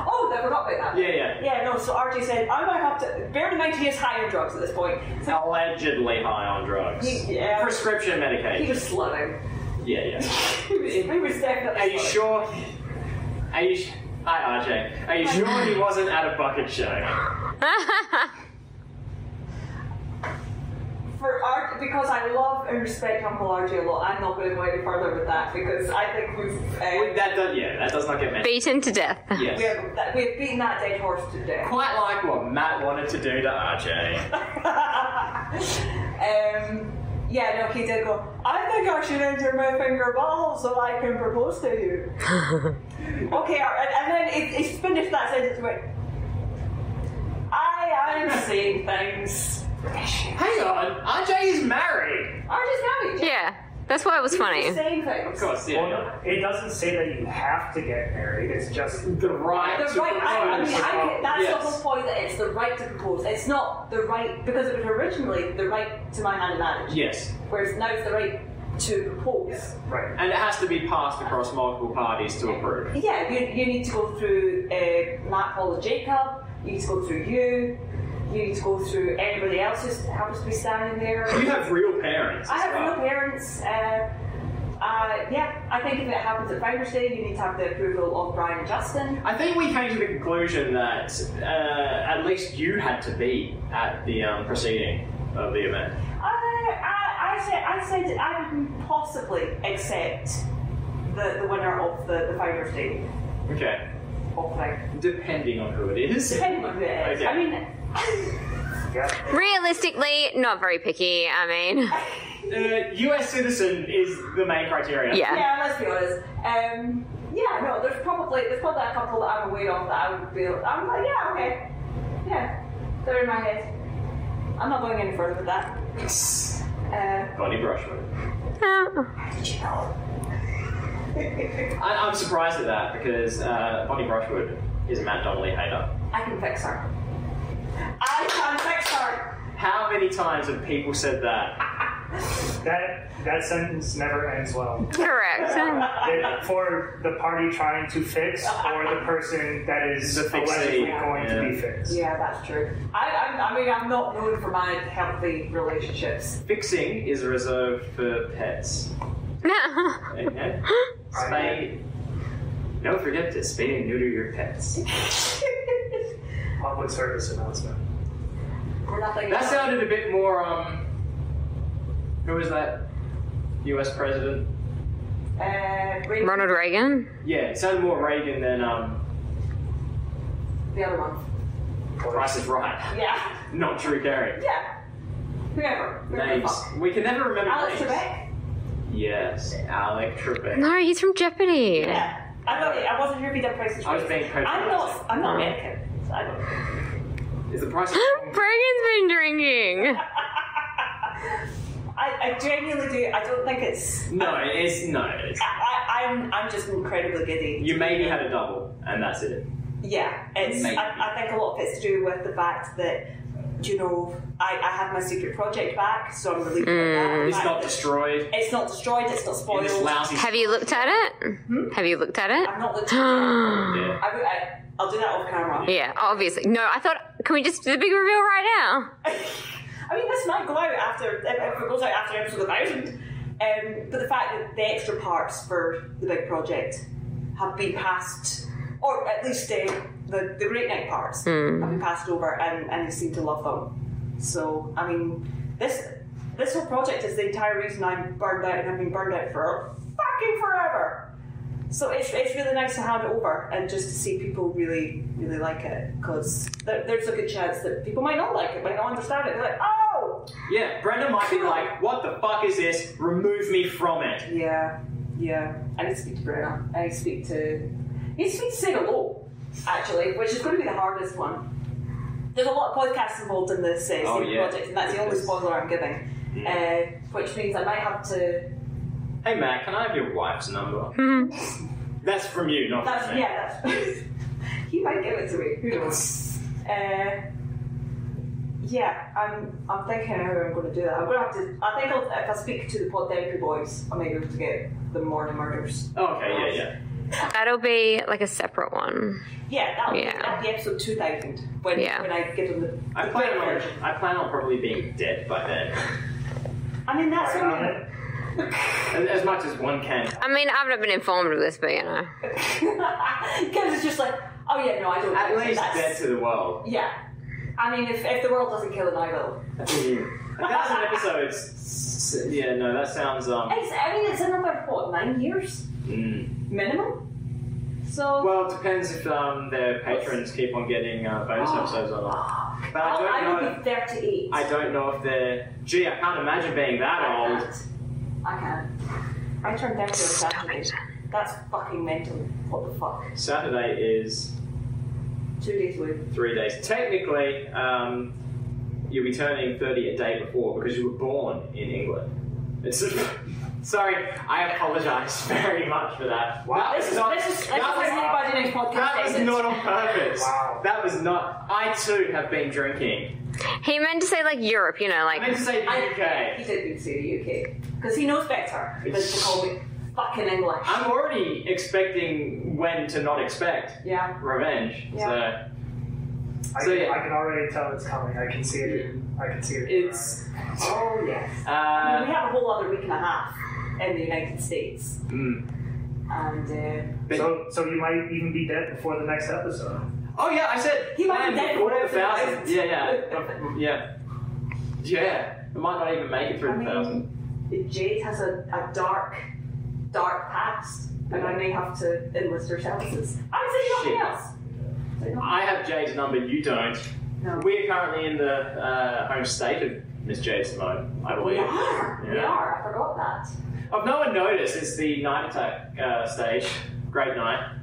S2: Oh, I forgot about that.
S3: Yeah, yeah.
S2: Yeah, no, so RJ said, I might have to. Bear in mind, he is high on drugs at this point. So
S3: Allegedly high on drugs.
S2: He- yeah.
S3: Prescription
S2: he
S3: medication.
S2: was slurring.
S3: Yeah, yeah.
S2: he was, he was definitely.
S3: Are you
S2: slurring.
S3: sure? Are you. sh- Hi, RJ. Are you sure he wasn't at a bucket show?
S2: For art, because I love and respect Uncle RJ a lot, I'm not going to go any further with that because I think we've. Uh,
S3: That does, yeah, that does not get mentioned.
S5: Beaten to death.
S2: we
S3: Yes.
S2: have, that, we have beaten that dead horse to death.
S3: Quite like what Matt wanted to do to RJ.
S2: um, yeah, no, he did go, I think I should enter my finger ball so I can propose to you. okay, all right, and then it, it's finished that sentence went, I am seeing things.
S3: Hang on, RJ is married.
S2: RJ's married.
S5: Yeah. That's why it was funny.
S2: Same thing.
S4: Of course, yeah. yeah.
S6: Well, it doesn't say that you have to get married. It's just
S4: The right.
S2: The
S4: to
S2: right, I, I mean,
S4: propose.
S2: I get, that's
S4: Yes.
S2: the whole point. That it's the right to propose. It's not the right because it was originally the right to my hand in marriage,
S4: Yes,
S2: whereas now it's the right to propose.
S6: right.
S4: and it has to be passed across multiple parties to approve.
S2: Yeah, you, you need to go through uh, Matt, Paul, and Jacob. You need to go through you. You need to go through anybody else who happens to be standing there.
S4: You have real parents.
S2: I
S4: as
S2: have
S4: well.
S2: no parents. Uh, uh, yeah, I think if it happens at Founders Day, you need to have the approval of Brian and Justin.
S4: I think we came to the conclusion that uh, at least you had to be at the um, proceeding of the event.
S2: Uh, I, I said I said I would possibly accept the, the winner of the, the Founders Day
S4: Okay.
S2: of thing.
S4: Depending on who it is.
S2: Depending on who it is.
S4: Okay.
S2: I mean,
S6: Yeah.
S5: Realistically, not very picky. I mean,
S4: Uh, US citizen is the main criteria.
S5: yeah.
S2: yeah, let's be honest. Um, yeah, no, there's probably there's probably a couple that I'm aware of that I would be. I'm like, yeah, okay, yeah, they're in my head. I'm not going any further with that. Uh,
S4: Bonnie Brushwood.
S5: Uh,
S4: I, I'm surprised at that because uh, Bonnie Brushwood is a Matt Donnelly hater.
S2: I can fix her. I can fix her.
S4: How many times have people said that?
S6: That that sentence never ends well.
S5: correct.
S6: It- for the party trying to fix, or the person that is
S4: The fixee,
S6: allegedly going to be
S4: yeah.
S6: fixed.
S2: Yeah, that's true. I, I, I mean, I'm not known for my healthy relationships.
S4: Fixing is reserved for pets. Okay? Spay. Don't forget to spay and neuter your pets.
S6: Public service announcement.
S2: We're nothing.
S4: That sounded a bit more, um. Who was that? US president?
S2: Uh, Ray-
S5: Ronald Reagan.
S4: Yeah, it sounded more Reagan than, um.
S2: the other one.
S4: Price is Right.
S2: Yeah,
S4: Not Drew Carey.
S2: yeah. Whoever. Whoever the
S4: Names.
S2: fuck.
S4: We can never remember
S2: Alex
S4: names.
S2: Trebek.
S4: Yes, Alec Trebek.
S5: No, he's from Jeopardy.
S2: Yeah. I thought I wasn't sure if he did Price is
S4: I was
S2: Right.
S4: being prejudiced.
S2: I'm not. I'm not American. So I don't. know.
S4: Is the price is wrong?
S5: Reagan's been drinking.
S2: I, I genuinely do. I don't think it's.
S4: No, it's. No, it's.
S2: I, I, I'm. I'm just incredibly giddy.
S4: You maybe had a double, and that's it.
S2: Yeah, it's.
S4: Maybe.
S2: I, I think a lot of it's to do with the fact that, you know, I, I have my secret project back, so I'm relieved about that.
S4: It's
S2: Like,
S4: not destroyed.
S2: It's not destroyed. It's not
S4: In
S2: spoiled.
S4: this lousy.
S5: Have you looked at it?
S4: Hmm?
S5: Have you looked at it?
S2: I've not looked. I,
S4: Yeah.
S2: would- I, I'll do that off camera.
S5: Yeah, obviously. No, I thought. Can we just do the big reveal right now?
S2: I mean, this might go out after if if it goes out after episode thousand. Um, but the fact that the extra parts for the big project have been passed, or at least uh, the the great night parts have been passed over, and and they seem to love them. So I mean, this this whole project is the entire reason I'm burned out, and I've been burned out for fucking forever. So it's, it's really nice to hand it over and just to see people really, really like it because there, there's a good chance that people might not like it, might not understand it. They're like, oh!
S4: Yeah, Brenda might be like, what the fuck is this? Remove me from it.
S2: Yeah, yeah. I need to speak to Brenna. I need to speak to. I need to speak to Say Hello, actually, which is going to be the hardest one. There's a lot of podcasts involved in this uh,
S4: Oh,
S2: secret
S4: yeah. Mm.
S2: project, and that's the only spoiler I'm giving, uh, which means I might have to.
S4: Hey Matt, can I have your wife's number? That's from you, not
S2: That's
S4: from me.
S2: yeah. That's, he might give it to me. Who knows? Uh, yeah, I'm. I'm thinking how I'm going to do that. I'm going to have to. I think I'll, if I speak to the pod therapy boys, I might be able to get the morning murders.
S4: Okay, yeah,
S5: That'll be like a separate one.
S2: Yeah, that'll be,
S5: Yeah.
S2: that'll be episode two thousand when
S5: Yeah.
S2: when I give them the.
S4: yeah. I
S2: the
S4: plan
S2: great
S4: on
S2: version.
S4: I plan on probably being dead by then.
S2: I mean that's
S6: Right on
S2: only.
S6: it.
S4: As, as much as one can.
S5: I mean, I've not been informed of this, but you know.
S2: Because it's just like, oh yeah, no, I don't.
S4: At
S2: think
S4: least
S2: that's,
S4: dead to the world.
S2: Yeah, I mean if, if the world doesn't kill it, I will.
S4: A thousand episodes. s- s- Yeah, no, that sounds um.
S2: It's, I mean it's another what nine years
S4: mm.
S2: minimum. So.
S4: Well, it depends if um their patrons keep on getting uh, bonus episodes or not. But I
S2: I'll- Oh.
S4: don't
S2: I
S4: know.
S2: would be 38.
S4: I don't know if they're. Gee, I can't imagine being that old.
S2: can't. I can. I turned 30 on Saturday. That's fucking mental. What the fuck?
S4: Saturday is
S2: Two days away.
S4: three days. Technically, um, you'll be turning 30 a day before because you were born in England. It's sorry. I apologize very much for that.
S6: Wow.
S4: That
S2: This
S4: was
S2: is
S4: not-
S2: this is this is
S4: that was-
S2: how anybody next podcast.
S4: that was
S2: ends.
S4: not on purpose.
S6: Wow.
S4: That was not. I too have been drinking.
S5: He meant to say like Europe, you know,
S4: I meant
S5: like
S4: to say
S2: I-
S4: UK.
S2: He did mean to say the UK because he knows better than to
S4: It's-
S2: call me fucking English.
S4: I'm already expecting when to not expect
S2: yeah.
S4: revenge.
S2: Yeah.
S6: I,
S4: So, yeah.
S6: I can already tell it's coming. I can see it. in- I can see it. in your
S4: It's-
S6: eyes.
S2: Oh yes.
S4: So
S2: I mean,
S4: uh,
S2: we have a whole other week and a half in the United States,
S4: mm.
S2: and uh,
S4: But-
S6: so so you might even be dead before the next episode.
S4: oh yeah, I said
S2: He might be
S4: man,
S2: dead
S4: before
S2: before
S4: the thousand.
S2: the
S4: Yeah, yeah, yeah, yeah. It might not even make it through
S2: I
S4: the thousand.
S2: mean, Jade has a, a dark, dark past, and I may have to enlist her services. I'm saying nothing
S4: Shit.
S2: else. Say nothing.
S4: I have Jade's number. You don't.
S2: No.
S4: We are currently in the uh, home state of Miss Jade Simone, I
S2: We
S4: believe.
S2: are. We
S4: Oh, Yeah.
S2: are. I forgot that.
S4: If no one noticed, it's the night attack uh, stage. Great night.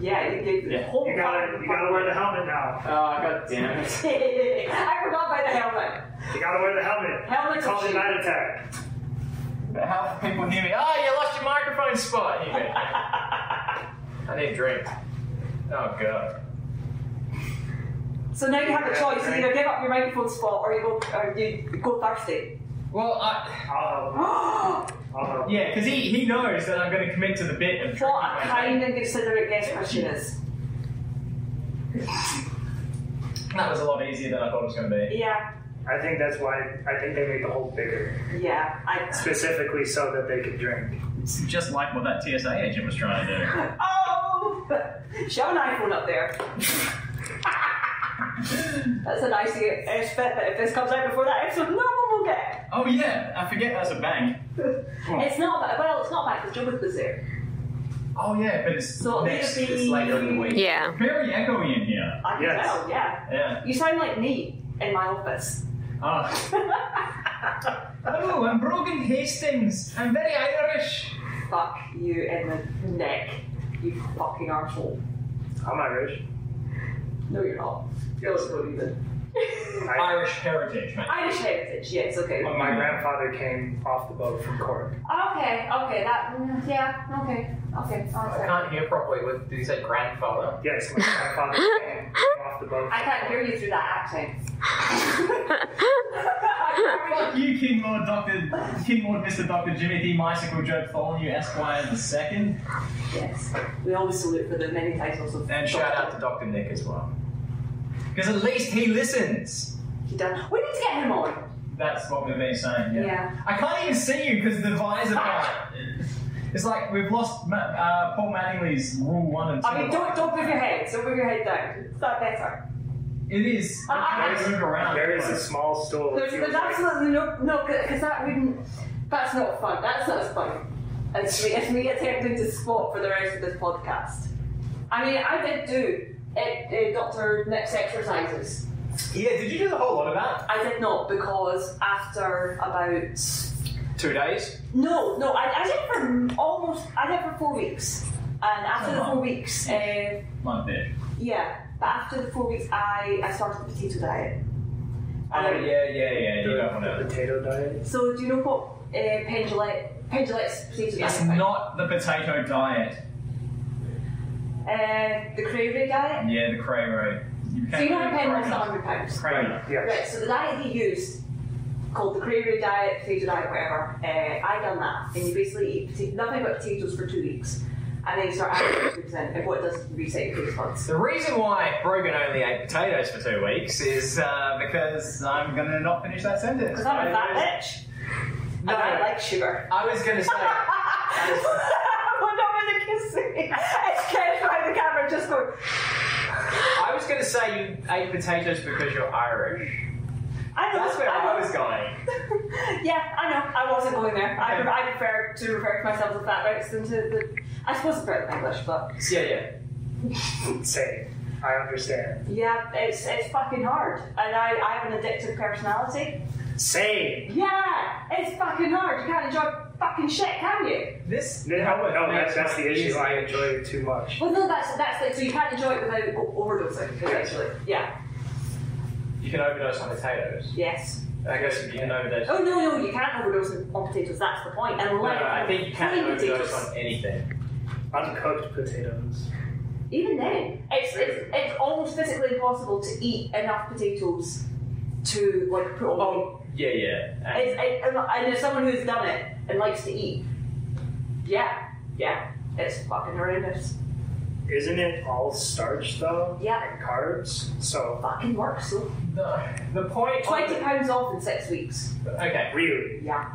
S2: Yeah, you gave
S4: Yeah.
S2: the whole
S6: You gotta you gotta wear the helmet now.
S4: Oh, god damn it.
S2: I forgot about the helmet.
S6: You gotta wear the helmet.
S2: Helmet's
S6: It's called
S2: a
S6: a night attack.
S4: But How do people hear me? Oh, you lost your microphone spot. You mean. I need a drink. Oh, God.
S2: So now you have a choice: you either give up your microphone spot or you go, or you go thirsty.
S4: Well, I,
S6: I'll help.
S2: what
S6: I'll help.
S4: yeah, because he, he knows that I'm going to commit to the bit of
S2: a kind and considerate guest question is.
S4: That was a lot easier than I thought it was going to be.
S2: Yeah,
S6: I think that's why I think they made the hole bigger
S2: yeah. I.
S6: specifically so that they could drink.
S3: It's just like what that TSA agent was trying to do.
S2: Oh, shove an iPhone up there. That's a nice ish bit, but if this comes out before that episode, no one will get.
S3: Oh yeah, I forget that's a bank.
S2: it. It's not about, well, it's not about because Judith was there.
S3: Oh yeah, but it's
S2: So
S3: next.
S2: it'll be-
S3: It's later in the week.
S5: yeah.
S3: Very echoey in here.
S2: I can
S6: Yes.
S2: tell, yeah.
S3: Yeah.
S2: You sound like me in my office.
S3: Oh. oh, I'm Brogan Hastings. I'm very Irish.
S2: Fuck you in the neck, you fucking arsehole.
S6: I'm Irish.
S2: No, you're not. No, it's not even.
S6: I,
S3: Irish heritage, man.
S2: Irish heritage, yes, okay.
S6: my grandfather came off the boat from Cork.
S2: Okay, okay, that, mm, yeah, okay, okay,
S4: I
S2: okay.
S4: can't hear properly. With, did you say grandfather?
S6: Yes, my grandfather came, came off the boat.
S2: I can't hear you through that accent. I
S3: Fuck you, King Lord Doctor, King Lord Mister Doctor Jimmy D. Mycicle Joe Thorne, you Esquire the Second,
S2: can't- yes, we always salute for the many titles of.
S3: and shout out to Doctor Nick as well, because at least he listens.
S2: He done. We need to get him on.
S3: That's what we've been saying.
S2: Yeah.
S3: I can't even see you because the visor part. It's like we've lost Ma- uh, Paul Mattingly's rule one and two.
S2: I mean, don't don't move your head. Don't move your head down. Is that better?
S3: It is. You can't move around.
S6: There is a small stool.
S2: There's,
S6: He was
S2: there's
S6: like,
S2: absolutely no no because that wouldn't. That's not fun. That's not as fun. It's me. It's me attempting to spot for the rest of this podcast. I mean, I did do uh, uh, Doctor Nick's exercises.
S4: Yeah, did you do the whole lot of that?
S2: I did not because after about
S4: Two days?
S2: no no I, I did for almost I did for four weeks and
S3: Oh,
S2: after the four weeks uh,
S3: Like that.
S2: yeah but after the four weeks I, I started the potato diet
S3: Oh,
S2: um,
S3: yeah, yeah, yeah. You don't want to.
S6: The potato diet.
S2: so do you know what uh, Pendulette Pendulette's potato diet
S3: It's
S2: is?
S3: not the potato diet.
S2: uh, the craving diet
S3: Yeah, the cray ray. You
S2: so you know how Pendulette's at 100 pounds
S3: Cray.
S6: Yes.
S2: Right, so the diet he used, called the Craving diet, potato diet, whatever, uh, I done that, and you basically eat pota- nothing but potatoes for two weeks, and then you start adding foods in, and what it does is reset your taste buds.
S3: The reason why Brogan only ate potatoes for two weeks is uh, because I'm gonna not finish that sentence.
S2: Because I'm a fat bitch, and
S4: No.
S2: I like sugar.
S4: I was going to say.
S2: Well, no, when the kids see it, it's Ken behind the camera just going,
S4: I was going to say you ate potatoes because you're Irish.
S2: I know,
S4: That's where
S2: I know.
S4: I was going.
S2: Yeah, I know, I wasn't going there. I,
S4: Okay.
S2: pre- I prefer to refer to myself as fat bitch than to the, I suppose it's better than English, but.
S4: Yeah, yeah.
S6: Same. I understand.
S2: Yeah, it's it's fucking hard, and I, I have an addictive personality.
S6: Same.
S2: Yeah, it's fucking hard. You can't enjoy fucking shit, can you?
S4: This
S6: No, no that's, that's the issue. I enjoy it too much.
S2: Well, no, that's that's like so you can't enjoy it without o- overdosing, essentially. Yeah.
S3: You can overdose on potatoes.
S2: Yes.
S3: I guess you can overdose.
S2: Oh no, no, you can't overdose on potatoes. That's the point. And
S3: No, I think you can
S2: plain
S3: overdose
S2: potatoes.
S3: on anything.
S6: Uncooked potatoes.
S2: Even then, it's, it's it's almost physically impossible to eat enough potatoes to like put on.
S3: Oh, yeah, yeah. And-
S2: It's, I, I'm- I know someone who's done it and likes to eat. Yeah, yeah, it's fucking horrendous.
S6: Isn't it all starch though?
S2: Yeah.
S6: And carbs. So
S2: Fucking works though.
S7: The, the point.
S2: Twenty pounds off in six weeks.
S7: Okay,
S6: really,
S2: Yeah,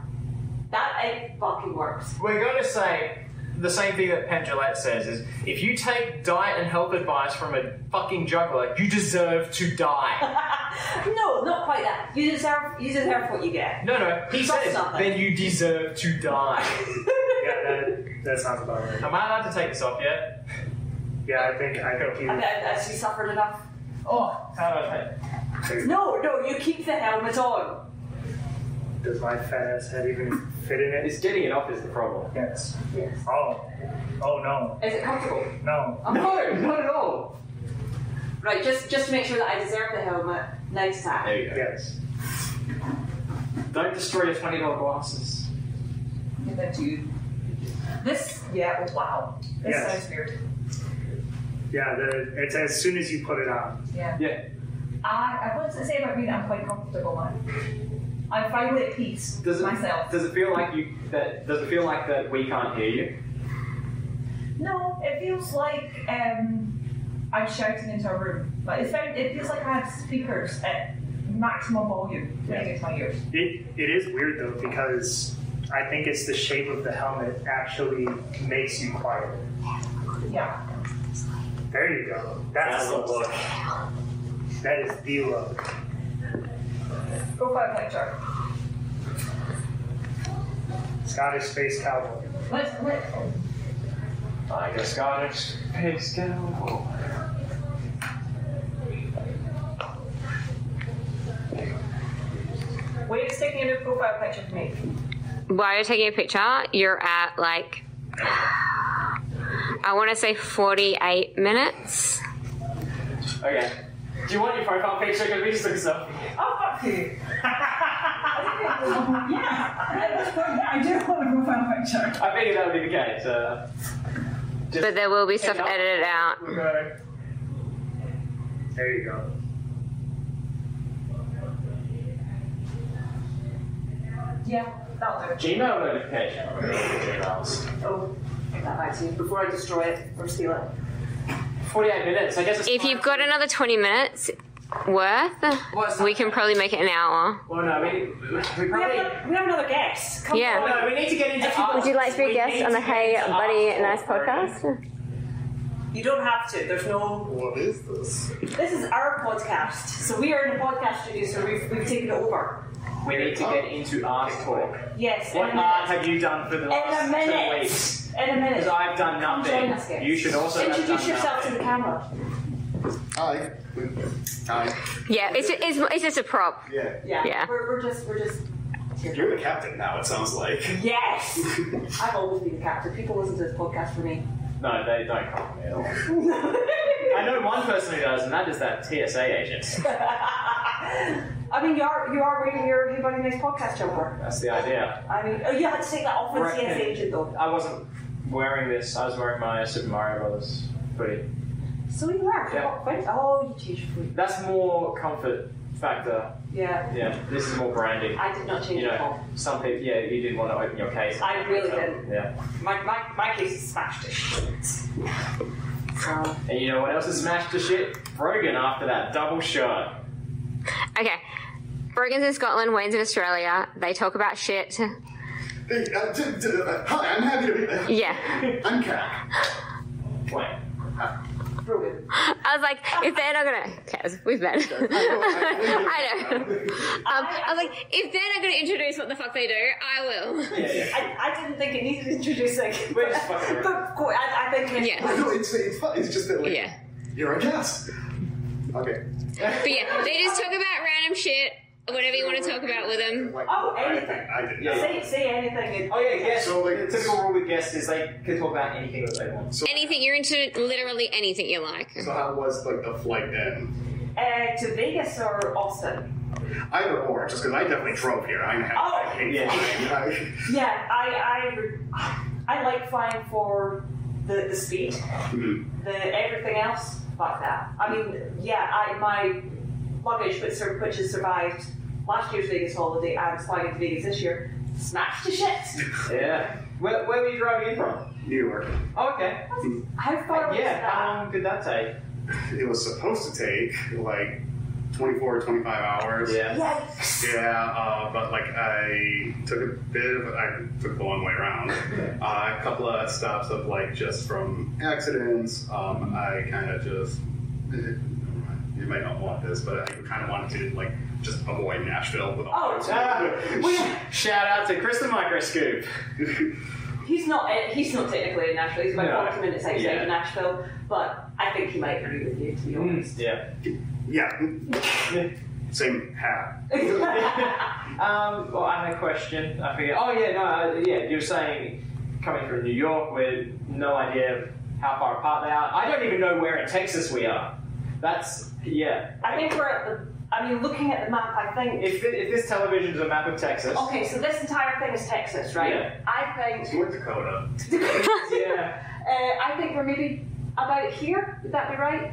S2: that it fucking works.
S8: We're going to say the same thing that Pendulette says is if you take diet and health advice from a fucking juggler, you deserve to die.
S2: no, not quite that. You deserve you deserve what you get.
S8: No, no, he
S2: That's
S8: says
S2: something.
S8: then you deserve to die.
S6: yeah, that that sounds about right.
S8: Am I allowed to take this off yet?
S6: Yeah, I think I think
S2: I mean,
S6: you
S2: has she suffered enough?
S7: Oh, how do I take?
S2: No, no, you keep the helmet on.
S6: does my fat ass head even fit in it?
S3: It's getting it off is the problem.
S6: Yes.
S2: Yes.
S6: Oh. Oh no.
S2: Is it comfortable?
S6: No.
S2: I'm bothered.
S3: not at all.
S2: Right, just just to make sure that I deserve the helmet. Nice hat.
S3: There you go.
S6: Yes.
S3: Don't destroy your twenty dollar glasses.
S2: Give that to you. This yeah, oh, wow. This
S6: Yes.
S2: sounds weird.
S6: Yeah, the, it's as soon as you put it on.
S2: Yeah.
S3: Yeah.
S2: I I wasn't saying about me that I'm quite comfortable in. I'm finally at peace
S3: Does
S2: with
S3: it,
S2: myself.
S3: Does it feel like you that? Does it feel like that we can't hear you?
S9: No, it feels like um, I'm shouting into a room. Like it's very, it feels like I have speakers at maximum volume
S6: Yeah.
S9: playing into my ears.
S6: It it is weird though because I think it's the shape of the helmet actually makes you quiet.
S9: Yeah.
S6: There you go. That's the look. That is the look.
S9: Profile picture.
S6: Scottish space cowboy.
S9: Let's let.
S3: I guess Scottish pigs get on.
S9: Wade's taking a new profile picture for me.
S5: While you're taking a picture, you're at like, I want to say 48 minutes.
S3: Okay. Do you want your profile picture? Because we just look stuff.
S9: Oh fuck you!
S7: Yeah, I do want a profile picture.
S3: I figured that would be the case. Uh, just
S5: But there will be stuff edited out.
S3: we'll go.
S6: There you go.
S9: Yeah, that'll do.
S3: Gmail notification. Gmails.
S2: Oh, get that back to you before I destroy it or steal it.
S3: Forty-eight minutes. I guess it's
S5: If
S3: fine.
S5: you've got another 20 minutes worth, we can probably make it an hour.
S3: Well, no, we, we
S2: We have,
S3: probably.
S2: another, we have another guest. Come
S5: Yeah.
S2: on.
S3: No, we need to get into.
S5: Would you like to be a
S3: We
S5: guest
S3: need
S5: on the
S3: to
S5: Hey
S3: get into
S5: Buddy
S3: art
S5: Nice
S3: for it.
S5: podcast?
S2: You don't have to. There's no.
S6: What is this?
S2: This is our podcast, so we are in the podcast studio, so we've, we've taken it over.
S3: We need to get into art talk.
S2: Yes.
S3: What
S2: in a
S3: art
S2: minute.
S3: have you done for the last two
S2: minute.
S3: weeks?
S2: In a minute.
S3: Because I've done
S2: Come join us,
S3: nothing.
S2: guys.
S3: You should also have
S2: introduce
S3: done
S2: yourself
S3: nothing.
S2: to the camera.
S10: Hi. Hi.
S5: Yeah, it's, it's, it's just a prop.
S10: Yeah.
S2: Yeah.
S5: Yeah.
S2: We're, we're just we're just.
S10: You're the captain now, it sounds like.
S2: Yes. I've always been the captain. People listen to this podcast for me.
S3: No, they don't come to me at all. I know one person who does, and that is that TSA agent.
S2: I mean, you are you are wearing your Hey Buddy Nice podcast jumper.
S3: That's the idea.
S2: I mean, oh, you had to take that off with
S3: Right.
S2: CS agent though.
S3: I wasn't wearing this. I was wearing my Super Mario Brothers hoodie.
S2: So you are.
S3: Yeah.
S2: Oh, wait. Oh, you changed your food.
S3: That's more comfort factor.
S2: Yeah.
S3: Yeah, this is more branding.
S2: I did not change
S3: You
S2: at
S3: know,
S2: all.
S3: some people. Yeah, you didn't want to open your case.
S2: I really didn't.
S3: Yeah.
S2: My, my, my case is smashed Um, to shit. So,
S3: And you know what else is smashed to shit? Brogan after that double shot.
S5: Okay. Brogan's in Scotland, Wayne's in Australia. They talk about shit.
S10: Hey, uh, d- d- uh, hi, I'm happy to be. Uh,
S5: Yeah.
S10: I'm Kat.
S3: Wait.
S2: Brogan.
S5: I was like, if they're not gonna, Kaz, we've met. I know. Um, I was like, if they're not gonna introduce what the fuck they do, I will.
S3: Yeah, yeah.
S2: I, I didn't think it needed introducing.
S3: We're just fucking around.
S2: But, cool, I, I think it's
S5: Yeah.
S10: No, it's, it's fun. It's just that, like,
S5: Yeah.
S10: you're a guest. Okay.
S5: But yeah, they just talk about random shit, whatever you want to talk about with them.
S10: Like,
S2: Oh,
S10: I,
S2: anything.
S10: think I did
S3: Yeah.
S2: Say, say anything. in-
S3: Oh yeah, yes.
S10: So, like,
S3: the typical rule with guests is they can talk about anything that they want.
S10: So,
S5: Anything you're into, literally anything you like.
S10: so, how was, like, the flight then?
S2: Uh, to Vegas or Austin?
S10: Either or, just because I definitely drove here. I, I hate
S2: yeah.
S10: flying.
S2: Yeah, I I, I like flying for the, the speed, the everything else like that. I mean, yeah, I my luggage, which, sur- which has survived last year's Vegas holiday and flying to Vegas this year, smashed to shit.
S3: Yeah. Where, where were you driving in from?
S10: I, New York.
S3: Oh, okay.
S2: How far was
S3: Yeah,
S2: that?
S3: how long did that take?
S10: It was supposed to take like 24 or 25 hours.
S3: Yeah.
S2: Yikes.
S10: Yeah, uh, but like I took a bit of, I took the long way around. Uh, a couple of stops of like just from accidents. Um, I kind of just, eh, never mind. you might not want this, but I kind of wanted to like just avoid Nashville with all.
S2: Oh,
S3: Ah, we- shout out to Kristen Microscope.
S2: He's not eh, he's not technically in Nashville. He's about
S3: No.
S2: 40 minutes outside
S3: Yeah. Hmm.
S2: of Nashville, but I think he might agree with you to be honest.
S3: Yeah.
S10: yeah, same hat.
S3: Um, well, I had a question. I forget. Oh, yeah, no, uh, yeah, you're saying coming from New York with no idea how far apart they are. I don't even know where in Texas we are. That's, yeah.
S2: I think we're at the. I mean, looking at the map, I think.
S3: If, thi- if this television is a map of Texas,
S2: Okay, so this entire thing is Texas, right?
S3: Yeah.
S2: I
S10: It's
S2: think.
S10: North Dakota.
S3: yeah,
S2: Uh, I think we're maybe about here. Would that be right?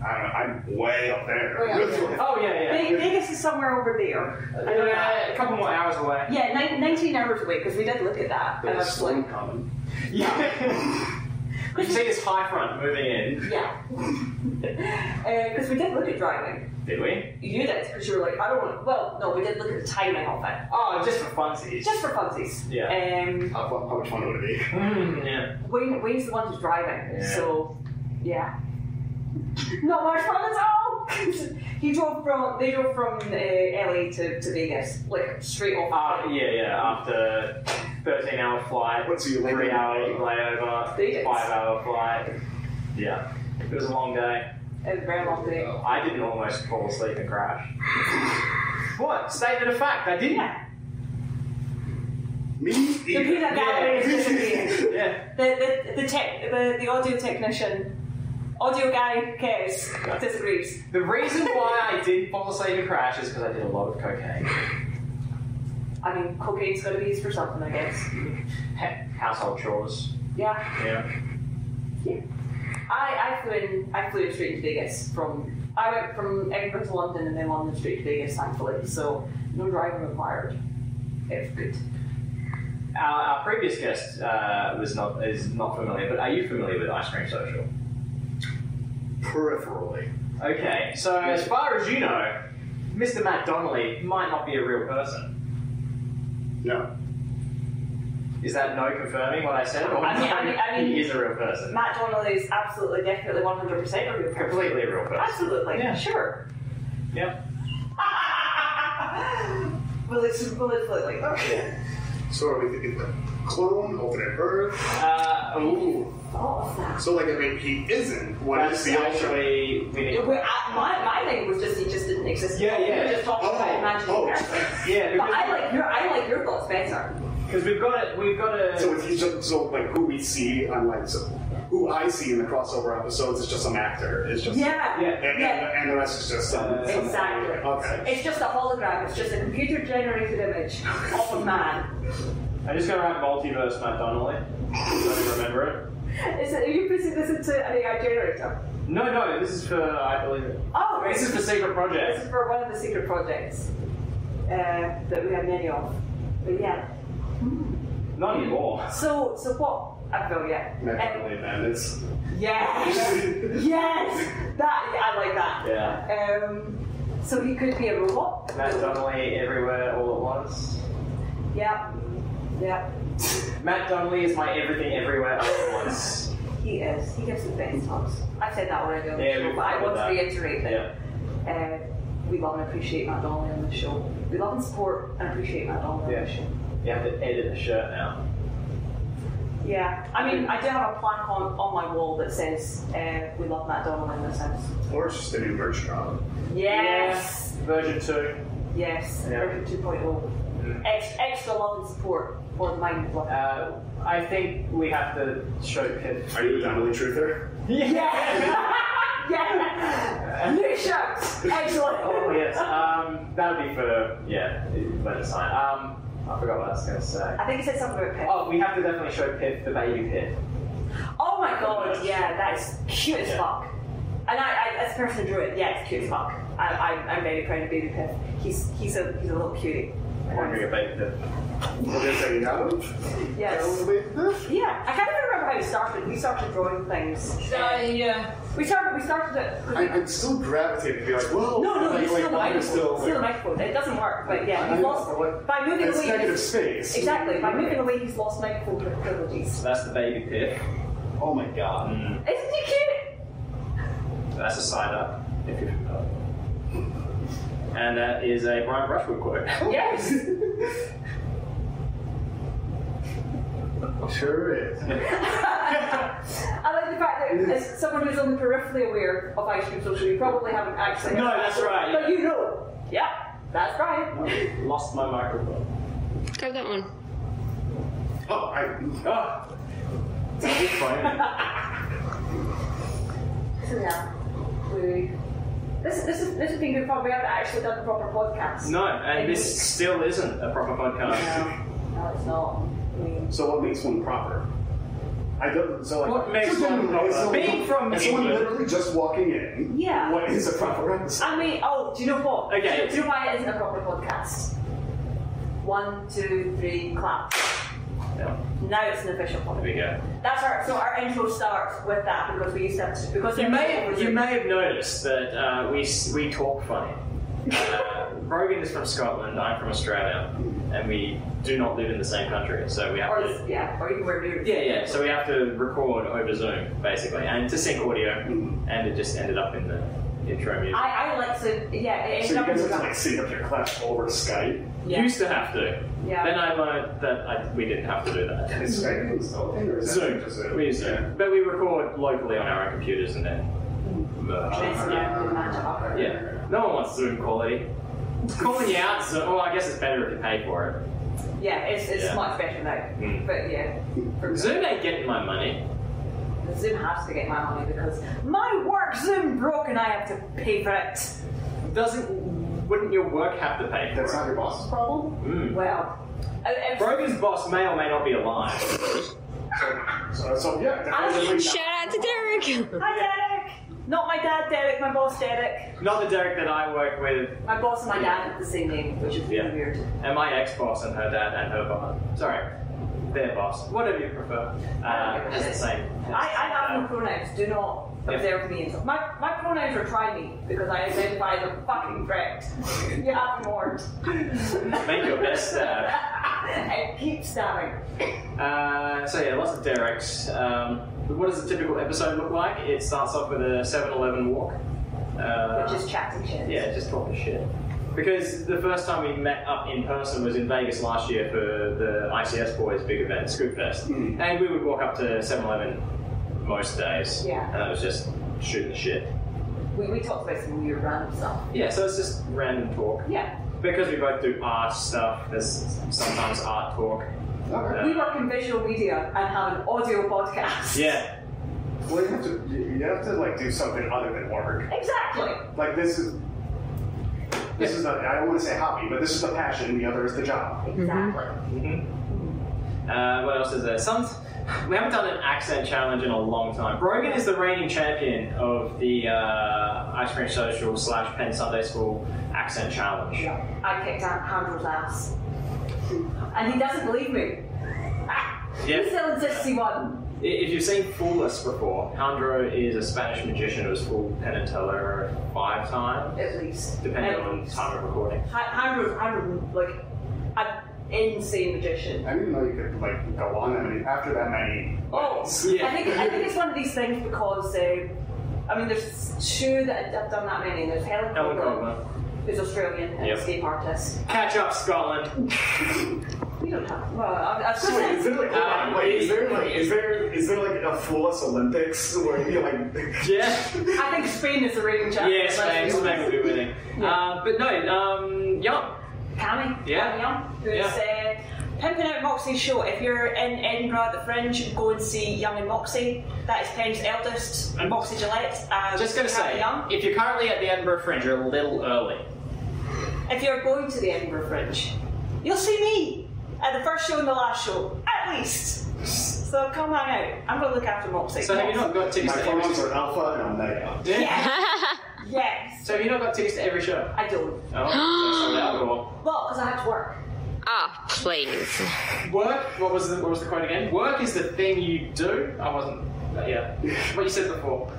S10: I don't know, I'm way up there.
S2: Way up there.
S3: oh yeah, yeah,
S2: Ve- Vegas is somewhere over there.
S3: Uh, a couple more hours away.
S2: Yeah, nine, 19 hours away because we did look at that. and I
S10: There's
S2: was like,
S10: storm coming.
S3: Yeah. you see this high front moving in,
S2: yeah. Because we did look at driving.
S3: did we?
S2: You did because you were like, I don't want. Well, no, we did look at the timing of it,
S3: Oh, just for funsies.
S2: just for funsies.
S3: Yeah.
S2: Um,
S10: How, fu- how much fun would it be?
S3: Mm, yeah.
S2: Wayne, Wayne's the one who's driving,
S3: Yeah.
S2: so yeah. Not much fun at all. he drove from they drove from uh, LA to, to Vegas, like straight off.
S3: Uh, yeah, yeah. After thirteen hour flight,
S10: What's your
S3: three
S10: length?
S3: hour layover,
S2: They did.
S3: five hour flight. Yeah, it was a long day.
S2: It was a very long day.
S3: I didn't almost fall asleep and crash. what statement of fact? I didn't.
S2: Yeah.
S10: Me?
S2: The peanut gallery is disappearing.
S3: Yeah.
S2: The the the, tech, the the audio technician, audio guy cares disagrees.
S3: The reason why I didn't fall asleep and crash is because I did a lot of cocaine.
S2: I mean, cocaine's got to be used for something, I guess.
S3: Ha- household chores.
S2: Yeah.
S3: Yeah.
S2: I, I flew in I flew in straight to Vegas from I went from Edinburgh to London and then London straight to Vegas thankfully so no driving required it's good
S3: Our, our previous guest uh, was not is not familiar, but are you familiar with Ice Cream Social?
S10: Peripherally.
S3: Okay, so as far as you know, Mr. Matt Donnelly might not be a real person.
S10: No.
S3: Is that no confirming what I said? Or
S2: I mean- I mean- I mean-
S3: he is a real person.
S2: Matt Donnelly is absolutely definitely 100% a real person
S3: Completely a real person.
S2: absolutely
S3: Yeah.
S2: sure
S3: Yep.
S2: well it's well it's like okay
S10: So are we thinking like clone, alternate Earth?
S3: Uh, ooh,
S2: oh,
S10: So like, I mean, he isn't. What
S3: that's
S10: is the alternate?
S3: actually we need.
S2: Well, I- my, my thing was just he just didn't exist
S3: Yeah, yeah.
S2: We were just talking about imagining
S10: oh.
S2: characters.
S3: Yeah,
S2: but I
S3: because
S2: like your I like your thoughts better
S3: 'cause we've got it. We've got
S10: So
S3: a.
S10: it's he's just so like who we see on like so who I see in the crossover episodes is just an actor. It's just
S3: Yeah.
S10: And, and, and the rest is just some.
S3: Uh,
S10: some-
S2: Exactly.
S10: Okay.
S2: It's just a hologram. It's just a computer generated image of a man.
S3: I'm just gonna write multiverse Matt Donnelly. I don't remember
S2: Is it, are you putting this into an AI generator?
S3: it. No, no, this is for I believe it.
S2: Oh, right.
S3: This is for secret
S2: This
S3: project.
S2: is for one of the secret projects uh, that we have many of. But yeah.
S3: Not anymore.
S2: So, so what? I feel yeah. And-
S10: Naturally, then it's
S2: Um, yes, yes. That I like that.
S3: Yeah.
S2: Um, so he could be a robot.
S3: Matt Donnelly everywhere all at once.
S2: Yeah, yeah.
S3: Matt Donnelly is my everything everywhere all at once.
S2: He is. He gives the best hugs. I've said that already on the
S3: Yeah,
S2: show,
S3: we've
S2: but I
S3: covered
S2: want
S3: that.
S2: to reiterate that.
S3: Yeah.
S2: Uh, we love and appreciate Matt Donnelly on the show. We love and support and appreciate Matt Donnelly
S3: Yeah.
S2: on the show.
S3: You have to edit the shirt now.
S2: Yeah, I mean, I do have a plaque on, on my wall that says uh, we love Matt Donnelly in this house.
S10: or it's just a new merch drop.
S2: Yes,
S3: Version 2.
S2: yes,
S3: Yeah. Mm.
S2: version 2.0. Ex- extra love and support for the mind of love.
S3: Uh, I think we have to show Pip.
S10: Are you a Donnelly truther?
S3: Yeah!
S2: yeah. New shirts. Excellent.
S3: Oh yes, um, that would be for yeah later sign. Um, I forgot what I was going to say.
S2: I think you said something about pets.
S3: Oh, we have to definitely show Pip the baby Pip.
S2: Oh my god, yeah, that's cute as fuck. And I, I as a person who drew it, yeah, it's cute as fuck. I, I, I'm very proud of Baby Piff. He's he's a he's a little cutie.
S3: I'm wondering about the.
S10: Well, they say no.
S2: Yes. Yeah, I can't even remember how we started. We started drawing things.
S11: yeah.
S2: We started. We started it.
S10: I, I'm still gravitating to be like, whoa.
S2: No, no,
S10: like,
S2: you steal the
S10: like, I'm
S2: microphone. steal
S10: still
S2: the
S10: like,
S2: microphone. It doesn't work. But yeah,
S10: I-
S2: he lost
S10: what-
S2: by moving
S10: it's
S2: away.
S10: negative space.
S2: Exactly. By moving away, he's lost microphone privileges.
S3: That's the baby Pip.
S10: Oh my god.
S2: Isn't he cute?
S3: That's a side up. If you and that is a Brian Brushwood quote.
S2: Yes.
S10: Sure is.
S2: I like the fact that as someone who's only peripherally aware of ice cream social, you probably haven't actually.
S3: No, that's right,
S2: But
S3: yeah.
S2: you know. Yeah, that's right.
S3: Lost my microphone.
S5: Grab that one.
S10: Oh, I.
S3: Oh, that was funny.
S2: So yeah, we. This, this, is, this has been good fun. We haven't actually done a proper podcast.
S3: No, and this still isn't a proper podcast.
S2: No, no, it's not. I mean,
S10: So what makes one proper? I don't. So like,
S3: What makes
S10: so then,
S3: one
S10: you know,
S3: proper?
S10: so-
S3: Being from
S10: as someone
S3: England.
S10: literally just walking in.
S2: Yeah.
S10: What is a proper episode?
S2: I mean, oh, do you know what?
S3: Okay.
S2: Do you, do you know why it isn't a proper podcast? One, two, three, clap.
S3: Yeah,
S2: Now it's an official
S3: there we
S2: podcast.
S3: go.
S2: That's our so our intro starts with that because we used to have to, because
S3: You may you may have noticed that uh, we s- we talk funny. Uh, Rogan is from Scotland. I'm from Australia, and we do not live in the same country, so we have
S2: or
S3: to.
S2: yeah, or you can wear beards.
S3: Yeah, yeah. So we have to record over Zoom basically, and to sync audio,
S2: Mm-hmm.
S3: and it just ended up in the intro music.
S2: I, I like to yeah. It,
S10: So you guys have to like sync up your class over Skype.
S2: yeah.
S3: Used to have to.
S2: Yeah.
S3: Then I learned that I, we didn't have to do that.
S10: Is Skype even still a thing, or is that
S3: Zoom.
S10: just a-
S3: We use Zoom. But we record locally on our own computers and then merge.
S2: Messing around with match up.
S3: Yeah. No one wants Zoom quality. Calling you out, so, well, I guess it's better if you pay for
S2: Yeah, it's, it's
S3: Yeah.
S2: much better now.
S3: Mm.
S2: But yeah,
S3: it. Zoom ain't getting my money.
S2: Zoom has to get my money because my work Zoom broke and I have to pay for it.
S3: Doesn't, wouldn't your work have to pay for
S10: That's not
S3: it?
S10: your boss's problem.
S3: Mm.
S2: Well, I- I-
S3: Brogan's boss may or may not be alive.
S10: So, so yeah. definitely not.
S5: Shout out to Derek.
S2: hi Derek. Not my dad, Derek. My boss, Derek.
S3: Not the Derek that I work with,
S2: My boss and my dad have the same name, which is really
S3: Yeah.
S2: weird.
S3: and my ex-boss and her dad and her boss. Sorry, their boss. Whatever you prefer. Uh, it's the same.
S2: I, I have no pronouns. Do not observe me. My my pronouns are try me because I identify as a fucking prick. you have warned.
S3: Make your best uh, stab.
S2: and keep stabbing.
S3: Uh, so yeah, lots of Derek's. Um, what does a typical episode look like? It starts off with a 7-Eleven walk. Uh,
S2: Which is chatting shit.
S3: yeah, just talking shit. Because the first time we met up in person was in Vegas last year for the ICS Boys big event, Scoop Fest. And we would walk up to 7-Eleven most days.
S2: Yeah.
S3: And that was just shooting the shit.
S2: We, we talked about some weird random stuff.
S3: Yeah, so it's just random talk.
S2: Yeah.
S3: Because we both do art stuff, there's sometimes art talk.
S10: Okay.
S2: We work in visual media and have an audio podcast.
S3: Yeah.
S10: Well, you have to. You you have to like do something other than work.
S2: Exactly.
S10: Like this is. This is not. I don't want to say hobby, but this is the passion. The other is the job.
S2: Exactly.
S3: Uh, what else is there? Some we haven't done an accent challenge in a long time. Brogan is the reigning champion of the uh, ice cream social slash Penn Sunday School accent challenge.
S2: Yeah. I kicked out Handel's ass. And he doesn't believe me. He
S3: Yeah.
S2: still insists he won.
S3: I- If you've seen Fool Us before, Alejandro is a Spanish magician who has fooled Penn and Teller five times,
S2: At least.
S3: depending
S2: At
S3: on
S2: least.
S3: time of recording.
S2: Handel's, Handel, like, an insane magician.
S10: I didn't know you could like go on that many after that many.
S2: Oh,
S3: Yeah.
S2: I think I think it's one of these things because um, I mean, there's two that have done that many. There's Helen
S3: Helen
S2: Coburn,
S3: Coburn.
S2: who's Australian and
S3: Yep.
S2: escape artist.
S3: Catch up, Scotland.
S2: We don't have. Well, I, I was
S10: So
S2: going to
S10: wait, is
S2: say.
S10: there like,
S3: Uh,
S10: hold on, wait, is there like is there is there like a Fool Us Olympics where you like
S3: Yeah.
S2: I think Spain is the reigning champion.
S3: Yes, Spain.
S2: let's be
S3: Spain will be winning. Uh, but no, um, Young.
S2: Cammy,
S3: Yeah.
S2: Cammy Young, who's
S3: Yeah.
S2: uh, Pimping Out Moxie's show. If you're in Edinburgh at the Fringe, go and see Young and Moxie. That is Penn's eldest, Moxie Gillette. Uh,
S4: Just going to
S2: Carrie
S4: say,
S2: Young.
S4: if you're currently at the Edinburgh Fringe, you're a little early.
S2: If you're going to the Edinburgh Fringe, you'll see me at the first show and the last show, at least. So come hang out. I'm going to look after Moxie.
S4: So have you not got tickets
S2: My
S4: to every
S2: phones
S4: show? Yeah.
S2: yes.
S4: So have you not got tickets to every show?
S2: I don't.
S4: Oh,
S2: Well, because I have to work.
S5: Ah, please.
S4: Work. What was the What was the quote again? Work is the thing you do. I wasn't. uh, yeah. what you said before.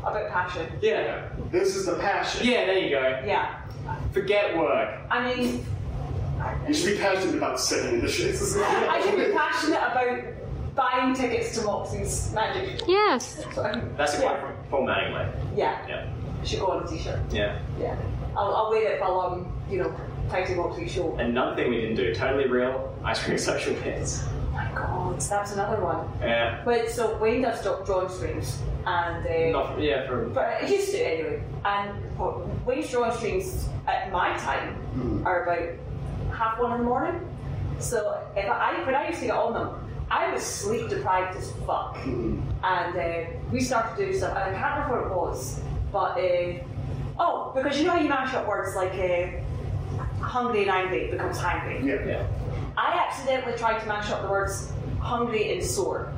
S2: About passion.
S4: Yeah.
S10: This is the passion.
S4: Yeah. There you go.
S2: Yeah.
S4: Forget work.
S2: I mean,
S10: You should be passionate about sitting in the shits.
S2: I should be passionate about buying tickets to Moxie's magic.
S5: Yes.
S4: That's a quote from Paul Mattingly.
S2: Yeah.
S4: Yeah.
S2: I should go on a t-shirt.
S4: Yeah.
S2: Yeah. I'll, I'll wait it till um, you know, Tidy Moxie show.
S4: Another thing we didn't do. Totally real. Ice cream social pets.
S2: Oh my God, that's another one.
S4: Yeah.
S2: But so Wayne does dra- drawing streams, and uh,
S4: Not. For, yeah. For.
S2: but he used to anyway. And what- Wayne's drawing streams at my time are about half one in the morning. So if I when I used to get on them, I was sleep deprived as fuck. And uh, we started doing stuff, and I can't remember what it was, but uh, oh, because you know how you mash up words like uh, hungry and angry becomes hungry.
S10: Yeah.
S4: yeah.
S2: I accidentally tried to mash up the words hungry and sore.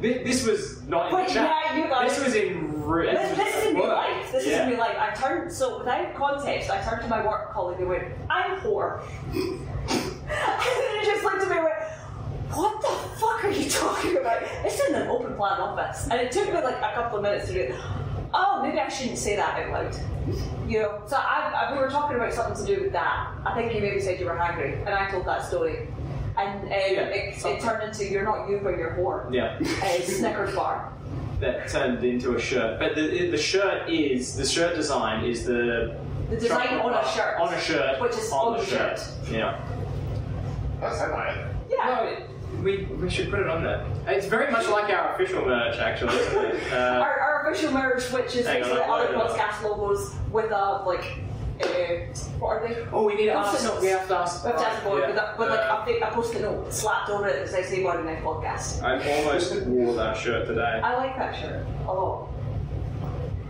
S4: This, this was not in
S2: But
S4: the chat.
S2: yeah, you guys-
S4: This was in real.
S2: This, this is in real
S4: work.
S2: life. This is
S4: Yeah.
S2: in real life. I turned so without context. I turned to my work colleague and went, "I'm poor." and he just looked at me and went, "What the fuck are you talking about? It's in an open plan office." And it took me like a couple of minutes to do. Oh, maybe I shouldn't say that out loud. You know, so I, I, we were talking about something to do with that. I think you maybe said you were hungry, and I told that story, and uh, it, it turned into "You're not you, but you're whore."
S4: Yeah.
S2: Uh, Snickers bar.
S4: that turned into a shirt. But the, the shirt is the shirt design is the
S2: The design on a shirt.
S4: Uh, on a shirt
S2: Which is
S4: on
S2: on
S4: the
S2: the
S4: shirt. Yeah.
S10: That's how
S2: Yeah.
S4: No, we, we should put it on there. It's very much like our official merch, actually. Isn't it? Uh,
S2: our, our official merch, which is
S4: Hang on,
S2: basically
S4: I've
S2: other
S4: loaded it.
S2: podcast logos with a like. Uh, what are they?
S4: oh, we need to ask.
S2: Post-its.
S4: we have to ask.
S2: We have to ask the board with, a, with
S4: Oh, Uh,
S2: like a, a post-it note slapped over it that says "Say word in next podcast."
S4: I almost wore that shirt today.
S2: I like that shirt a lot.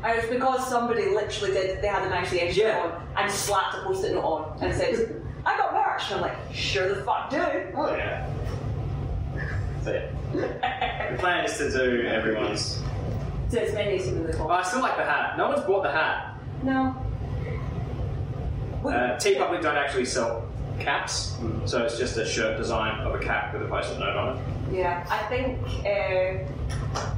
S2: And it's because somebody literally did. They had an actually extra on and slapped a post-it note on and says, "I got merch," and I'm like, "Sure the fuck do."
S4: Oh yeah. So yeah. the plan is to do everyone's.
S2: So it's many as humanly
S4: Oh,
S2: possible.
S4: I still like the hat. No one's bought the hat.
S2: No.
S4: Uh, T Public don't actually sell caps, so it's just a shirt design of a cap with a post-it note on it.
S2: Yeah, I think. Uh,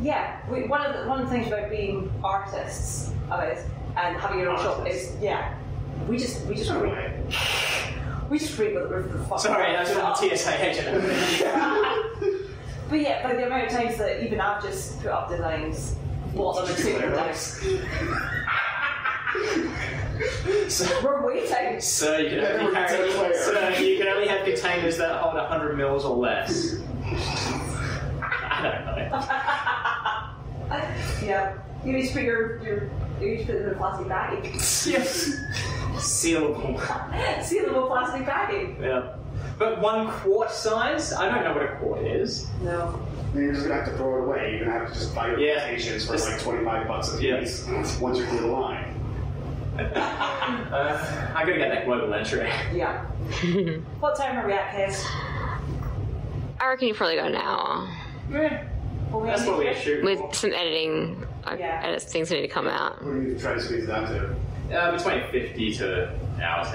S2: yeah, we, one of the one of the things about being artists of it and having your own shop is yeah, we just we just read, we just read what the fuck.
S4: Sorry, that's
S2: up.
S4: from the TSA agent.
S2: But yeah, but the amount of times that even I've just put up designs, bought them and taken them down. We're waiting.
S4: so you can only carry, so you can only have containers that hold 100 mils or less. I don't know.
S2: Yeah, you each put your your you each put them in a plastic baggie.
S4: Yes. Sealable.
S2: See the little plastic baggie.
S4: Yeah. But one quart size? I don't know what a quart is.
S2: No.
S10: Then you're just gonna have to throw it away. You're gonna have to just buy your
S4: Yeah.
S10: patients for like 25 bucks a piece once you're through the line.
S4: Uh, I gotta get that global entry.
S2: Yeah. what time are we at, kids?
S5: I reckon you've probably got an hour
S4: That's what we shoot.
S5: with some editing. I
S2: Yeah.
S5: edit things that need to come out.
S10: What do you try to squeeze it down to?
S4: Uh, between 50 to an hour
S2: Hmm.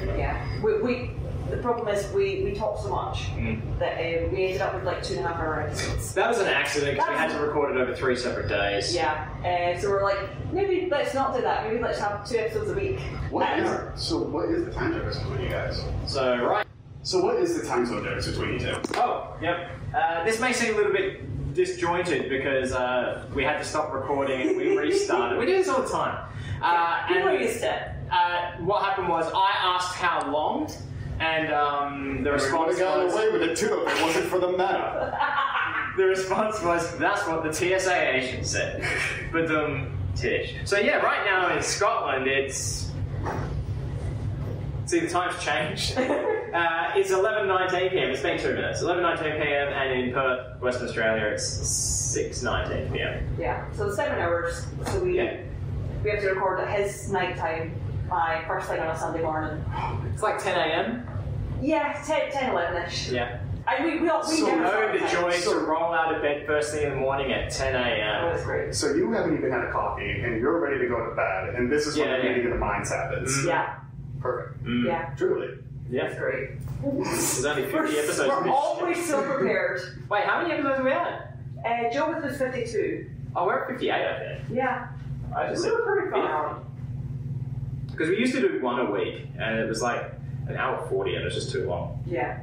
S4: 10.
S2: Yeah. We, we the problem is we, we talk so much
S4: Mm.
S2: that um, we ended up with like two and a half hour episodes.
S4: That was an accident because we had to record it over three separate days.
S2: Yeah. Uh, so we're like, maybe let's not do that. Maybe let's have two episodes a week.
S10: What
S2: And-
S10: is, so what is the time difference between you guys?
S4: So, right.
S10: So what is the time zone difference between you two?
S4: Oh, yep. Uh, this may seem a little bit disjointed because uh, we had to stop recording and we restarted. we do this all the time. Uh,
S2: You
S4: and
S2: noticed it.
S4: uh, what happened was I asked how long, and um, the
S10: We would
S4: response
S10: have gotten
S4: was
S10: away with it too if it wasn't for the meta.
S4: the response was that's what the TSA agent said. but um, tish. So yeah, right now in Scotland it's
S3: See, the time's changed. uh, it's 11.19 pm. It's been two minutes. 11.19 pm, and in Perth, Western Australia, it's 6.19 pm.
S2: Yeah, so seven hours. So we we have to record at his night time by first thing on a Sunday morning.
S3: It's like 10 am.
S2: Yeah, 10, 10 11 ish.
S3: Yeah.
S2: And we, we, all, we
S3: so
S2: never
S3: know
S2: start
S3: the
S2: at
S3: joy
S2: 10.
S3: to roll out of bed first thing in the morning at 10 am.
S2: That's great.
S10: So you haven't even had a coffee, and you're ready to go to bed, and this is when
S3: Yeah,
S10: the
S3: yeah.
S10: meeting of the minds happens.
S2: Yeah.
S10: Perfect.
S3: Oh, Mm-hmm.
S2: Yeah.
S10: Truly.
S3: Yeah.
S2: Great.
S3: Mm. There's only 50
S2: We're,
S3: episodes. of
S2: we're
S3: this
S2: always
S3: shit.
S2: so prepared.
S3: Wait, how many episodes are we at?
S2: Uh, Joe was- was 52.
S3: Oh, we're at 58, I think.
S2: Yeah.
S3: I just said
S2: We're pretty far.
S3: Because we used to do one a week, and it was like an hour 40, and it was just too long.
S2: Yeah.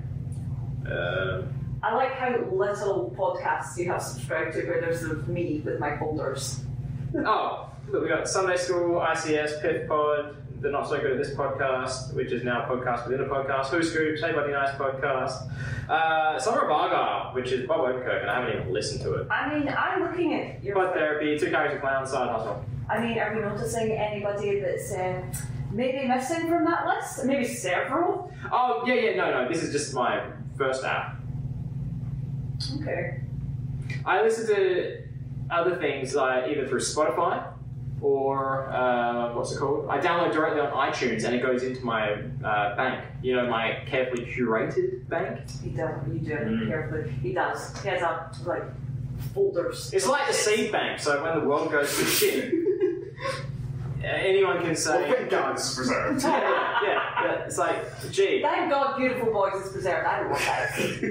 S3: Uh,
S2: I like how little podcasts you have subscribed to where there's sort of me with my folders.
S3: oh, look, we got Sunday School, ICS, Pip Pod, the Not So Good at This podcast, which is now a podcast within a podcast, Who Scoops, Hey Buddy Nice podcast, uh, Summer of Argyle, which is Bob Odenkirk, and I haven't even listened to it.
S2: I mean, I'm looking at your.
S3: But therapy, two character clown, side hustle.
S2: I mean, are we noticing anybody that's uh, maybe missing from that list? Maybe several?
S3: Oh, yeah, yeah, no, no, this is just my first app.
S2: Okay.
S3: I listen to other things like either through Spotify or uh, what's it called? I download directly on iTunes and it goes into my uh, bank. You know, my carefully curated bank.
S2: He does. You do it
S3: Mm.
S2: carefully. He does. He has a, like, folders.
S3: It's like the seed bank. So when the world goes to shit, anyone can say.
S10: Well, thank God this is preserved.
S3: yeah, yeah, yeah. It's like, gee,
S2: Thank God Beautiful Boys is preserved. I don't want that.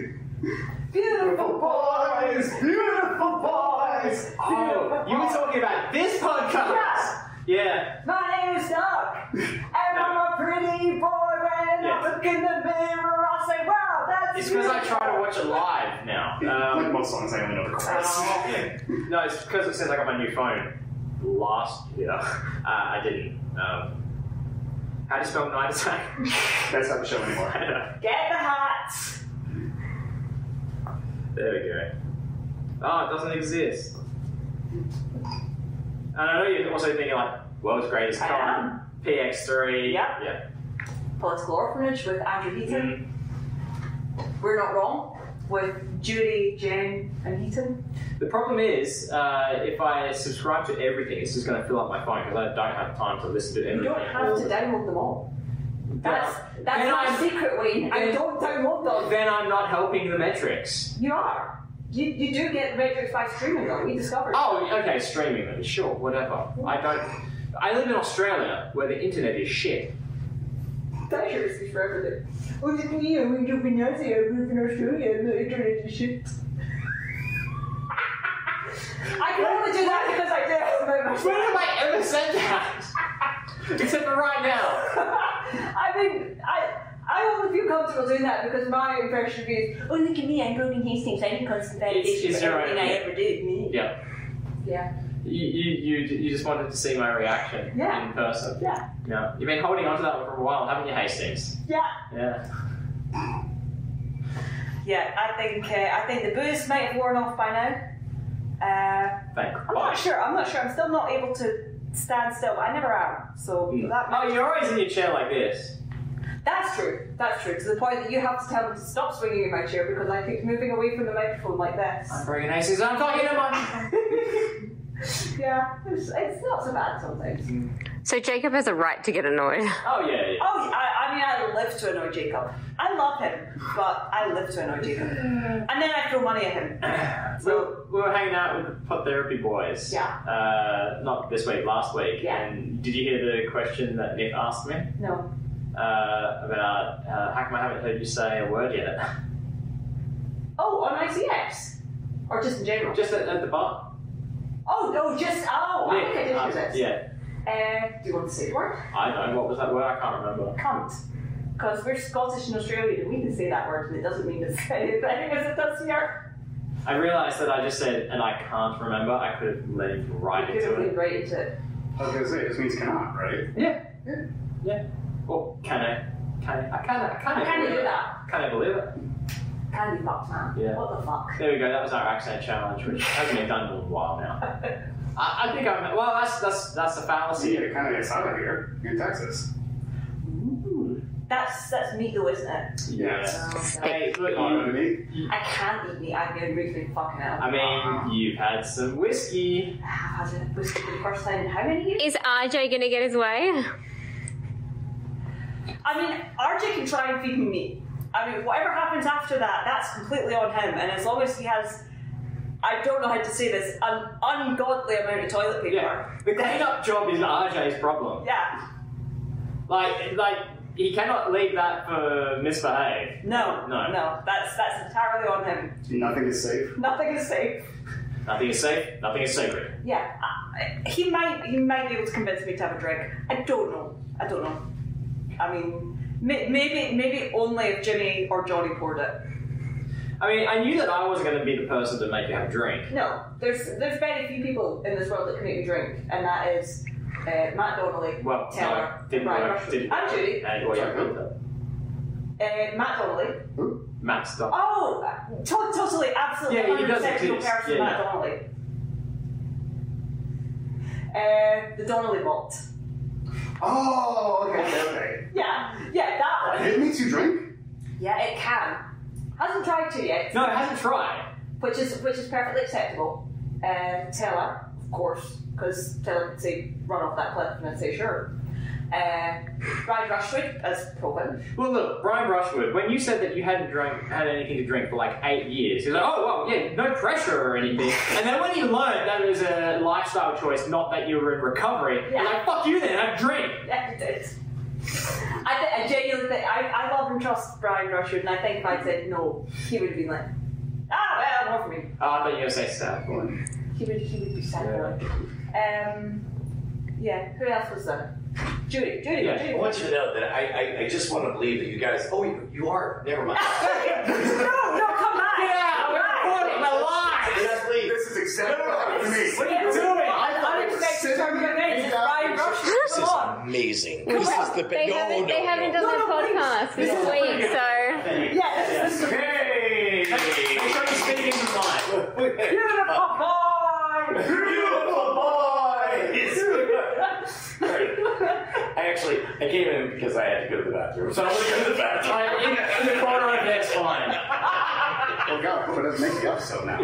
S10: Beautiful boys, beautiful boys.
S3: oh, you were talking about this podcast. Yeah.
S2: My name is Doug, and I'm a pretty boy. When
S3: Yeah.
S2: I look in the mirror, I say, "Wow, that's."
S3: It's because I try to watch it live now. Um,
S10: like most songs, I only know the chorus.
S2: Oh.
S3: Yeah. No, it's because it says I got my new phone last year. Uh, I didn't. Um, how do you spell night attack?
S10: That's not the show
S3: I
S10: anymore.
S3: don't know.
S2: Get the hat.
S3: There we go. Oh, it doesn't exist. And I know you're also thinking like world's greatest
S2: I
S3: car, PX3.
S2: Yep.
S3: Yeah.
S2: Political orphanage with Andrew Heaton.
S3: Mm.
S2: We're not wrong with Judy, Jen, and Heaton.
S3: The problem is, uh, if I subscribe to everything, it's just going to fill up my phone because I don't have time to listen to
S2: You
S3: everything.
S2: don't have to download them all. That's
S3: Then-
S2: that's
S3: then
S2: my
S3: I'm-
S2: secret, Wayne. I
S3: then-
S2: don't download them.
S3: Then I'm not helping the metrics.
S2: You are. You, you do get Matrix by streaming though. We discovered.
S3: Oh, okay, streaming then. Sure, whatever. I don't. I live in Australia where the internet is shit.
S2: Dangerous for everything. Well, it's me. I'm in Japanese. I live in Australia. and The internet is shit. I can only do that because I do
S3: When have I ever said that? Except for right now.
S2: I mean, I. I only feel comfortable doing that because my impression is, oh look at me, I'm going in Hastings, I can constant validation
S3: It's- it's
S2: for
S3: your
S2: everything I
S3: idea.
S2: ever did. Me.
S3: Yeah.
S2: Yeah.
S3: You, you, you, you just wanted to see my reaction
S2: Yeah.
S3: in person.
S2: Yeah.
S3: Yeah. You've been holding on to that one for a while, haven't you, Hastings?
S2: Yeah.
S3: Yeah.
S2: Yeah, I think uh, I think the booze might have worn off by now. Uh,
S3: Thank
S2: I'm
S3: God.
S2: not sure. I'm not sure. I'm still not able to stand still. I never am. So
S3: Mm.
S2: that might,
S3: Oh, you're always in your chair like this.
S2: that's true. That's true. To the point that you have to tell me to stop swinging in my chair because I keep moving away from the microphone like this.
S3: I'm bringing Hastings. I'm talking to my.
S2: yeah, it's, it's not so bad sometimes.
S5: So Jacob has a right to get annoyed.
S3: Oh yeah. yeah.
S2: Oh, I, I mean, I live to annoy Jacob. I love him, but I live to annoy Jacob. And then I throw money at him.
S3: We
S2: So
S3: were, we were hanging out with the Pot Therapy boys.
S2: Yeah.
S3: Uh, not this week, last week.
S2: Yeah.
S3: And did you hear the question that Nick asked me
S2: no,
S3: uh, about uh, how come I haven't heard you say a word yet?
S2: oh, on ICX or just in general.
S3: Just at, at the bar.
S2: Oh no, just oh, I think I did hear
S3: asked-
S2: this.
S3: yeah.
S2: Uh, do you want to say the word?
S3: I know. What was that word? I can't remember.
S2: Cunt. Because we're Scottish and Australian, and we can say that word, and it doesn't mean it's anything as it does here.
S3: I realised that I just said, and I can't remember. I could have led right
S2: Because
S3: into
S2: we
S3: it.
S2: right into it.
S10: I was gonna say, it just means cannot, right?
S3: Yeah. Yeah. Well, Oh, can I? Can I? I can't. I can't
S2: I kind of
S3: believe
S2: do
S3: it.
S2: that.
S3: Can I believe it?
S2: Candy fuck, man.
S3: Yeah.
S2: What the fuck?
S3: There we go. That was our accent challenge, which hasn't been done in a while now. I, I think I'm. Well, that's that's that's a fallacy.
S10: See, it kind of gets out of here in Texas.
S2: Ooh. That's that's meat though, isn't it?
S3: Yes.
S2: Oh,
S3: Hey, look,
S10: you,
S2: I can't eat meat. I've been really fucking out.
S3: I mean, you've had some whiskey.
S2: I have had it whiskey for the first time in how many years?
S5: Is RJ gonna get his way?
S2: I mean, RJ can try and feed me meat. I mean, whatever happens after that, that's completely on him. And as long as he has, I don't know how to say this, an ungodly amount of toilet paper.
S3: Yeah. The cleanup job is RJ's problem.
S2: Yeah.
S3: Like, like he cannot leave that for misbehave.
S2: No.
S3: No.
S2: No. That's that's entirely on him.
S10: Nothing is safe.
S2: Nothing is safe.
S3: Nothing is safe. Nothing is sacred.
S2: Yeah. I, he might he might be able to convince me to have a drink. I don't know. I don't know. I mean, may, maybe maybe only if Jimmy or Johnny poured it.
S3: I mean, I knew that I wasn't going to be the person to make you have a drink.
S2: No, there's there's very few people in this world that can make me drink, and that is uh, Matt Donnelly,
S3: Well,
S2: Taylor,
S3: no, didn't
S2: Brian
S3: work.
S2: Rushford,
S3: Didn't
S2: and Judy.
S3: And, well, yeah, good though.
S2: Uh, Matt Donnelly.
S3: Matt's done.
S2: Oh, to- totally, absolutely,
S3: Yeah, he
S2: 100%
S3: does
S2: real
S3: exist,
S2: person,
S3: yeah,
S2: Matt
S3: yeah.
S2: Donnelly. Uh, the Donnelly bot.
S10: Oh, okay, okay.
S2: Yeah, yeah, that one.
S10: It makes you drink?
S2: Yeah, it can. Hasn't tried to yet.
S3: No, it hasn't tried.
S2: Which is which is perfectly acceptable. Uh, Taylor, of course, because Taylor could say run off that cliff and I'd say sure. Uh, Brian Rushwood as proven.
S3: Well, look, Brian Rushwood, when you said that you hadn't drank, had anything to drink for like eight years, he was like, oh, well, yeah, no pressure or anything. and then when he learned that it was a lifestyle choice, not that you were in recovery,
S2: Yeah.
S3: he's like, fuck you then, have a drink.
S2: Yeah, he did. I, th- I genuinely think I, I love and trust Brian Rushwood, and I think if I said no, he would have been like, ah, well, more for me.
S3: Oh, I thought you were going to say sad boy.
S2: He would, he would be sad. Yeah. Um, yeah. Who else was there? Judy, Judy,
S3: Yeah,
S12: I
S2: Judy.
S12: want you to know that I, I, I just want to believe that you guys. Oh, you, you are. Never mind.
S2: Oh, no, no, come back.
S3: Yeah,
S2: Come
S3: we're
S2: back.
S3: recording, we're live.
S12: Yes, please.
S10: This is exactly what happened to me.
S3: What are you doing?
S2: I thought it was
S10: Sit
S2: terminated.
S10: down.
S2: Brian Rushwood.
S12: This
S2: Come
S12: is
S2: on.
S12: amazing.
S5: Come
S12: This
S5: on.
S12: is the
S5: they
S12: best. No,
S5: haven't,
S12: no,
S5: they haven't done
S2: No, no,
S5: their podcast
S2: please.
S5: this week, so
S2: Yeah, this is
S3: Hey! Make sure you speak into the mic.
S2: beautiful boy.
S12: Beautiful boys. I actually I came in because I had to go to the bathroom, so I went to the bathroom.
S3: Like, in, in the corner of that's fine.
S10: Oh god, but it doesn't make the episode now.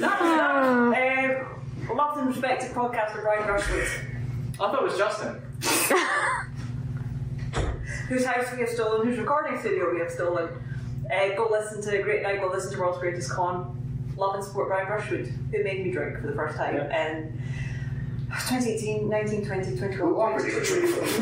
S2: That was that. Um, loved and respected podcast with Brian Rushwood,
S3: I thought it was Justin.
S2: whose house we have stolen, whose recording studio we have stolen. Uh, go listen to Great Night. Go listen to World's Greatest Con. Love and support Brian Rushwood, who made me drink for the first time. And 2018, 19, 20, 21,
S10: Who offered you a drink for the first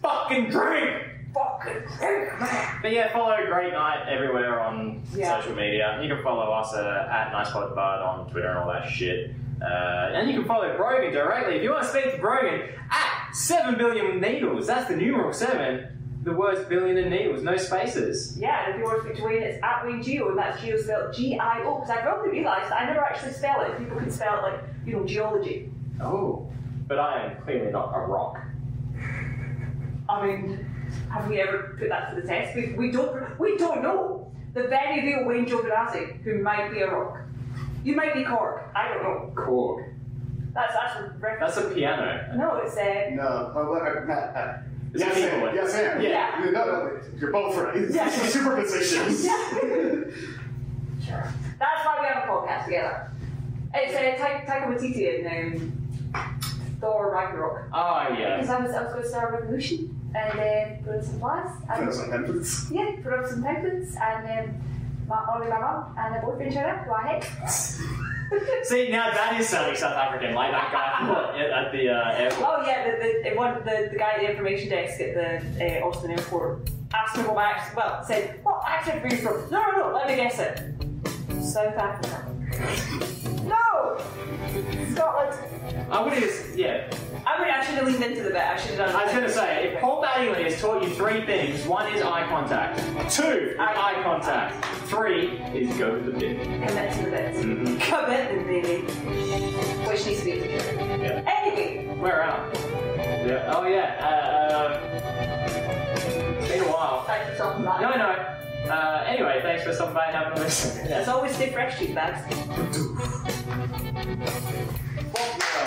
S3: Yeah. Fucking drink!
S2: Fucking drink, man.
S3: But yeah, follow Great Night everywhere on
S2: Yeah.
S3: social media. You can follow us uh, at NicePodBud on Twitter and all that shit. Uh, and you can follow Brogan directly if you want to speak to Brogan at 7 billion needles. That's the numeral 7. The words billion and needles, no spaces.
S2: Yeah, and if you want to speak to Wayne, it's at Wayne Geo, and that's Geo spelled G I O, because I've only realised that I never actually spell it. People can spell it like, you know, geology.
S3: Oh. But I am clearly not a rock.
S2: I mean, have we ever put that to the test? We, we don't we don't know. The very real Wayne Giovinazzi, who might be a rock. You might be Cork. I don't know.
S3: Korg.
S2: That's that's a reference.
S3: That's a piano.
S2: no, it's uh,
S10: No, oh, what, uh, Matt, Matt.
S3: Is
S10: yes,
S3: it me?
S10: and. Yes, and.
S2: Yeah.
S10: No, no, you're both right.
S2: Yeah.
S10: This is superposition.
S2: sure. That's why we have a podcast together. It's uh, Ta- Taika Waititi and um, Thor Ragnarok.
S3: Oh, yeah.
S2: Because I was, I was going to start a revolution and uh, put up some flags and
S10: Finish on entrance.
S2: yeah, put up some pamphlets and um, my, only my mum and her boyfriend showed up who I hate.
S3: See, now that is sounding South African, like that guy from what, at the uh, airport.
S2: Oh yeah, the the, it one, the the guy at the information desk at the uh, Austin airport asked me what my accent. Well, said what accent were you from? No, no, no. Let me guess it. South Africa. no, Scotland.
S3: I would have just, yeah.
S2: I mean, I should have leaned into the bit. I should have done.
S3: I was going to say, if Paul Mattingly has taught you three things, one is eye contact, two is eye contact, three is go to the bin.
S2: Commit to the bit.
S3: Mhm.
S2: Commit to the baby. Which needs to be. Anyway,
S3: Where out? Yeah. Oh yeah. Uh, uh, it's been a while.
S2: thanks for talking about
S3: No,
S2: it.
S3: no. Uh, anyway, thanks for stopping by and having a listen.
S2: It's always stay fresh, you bags.
S3: Fuck yeah.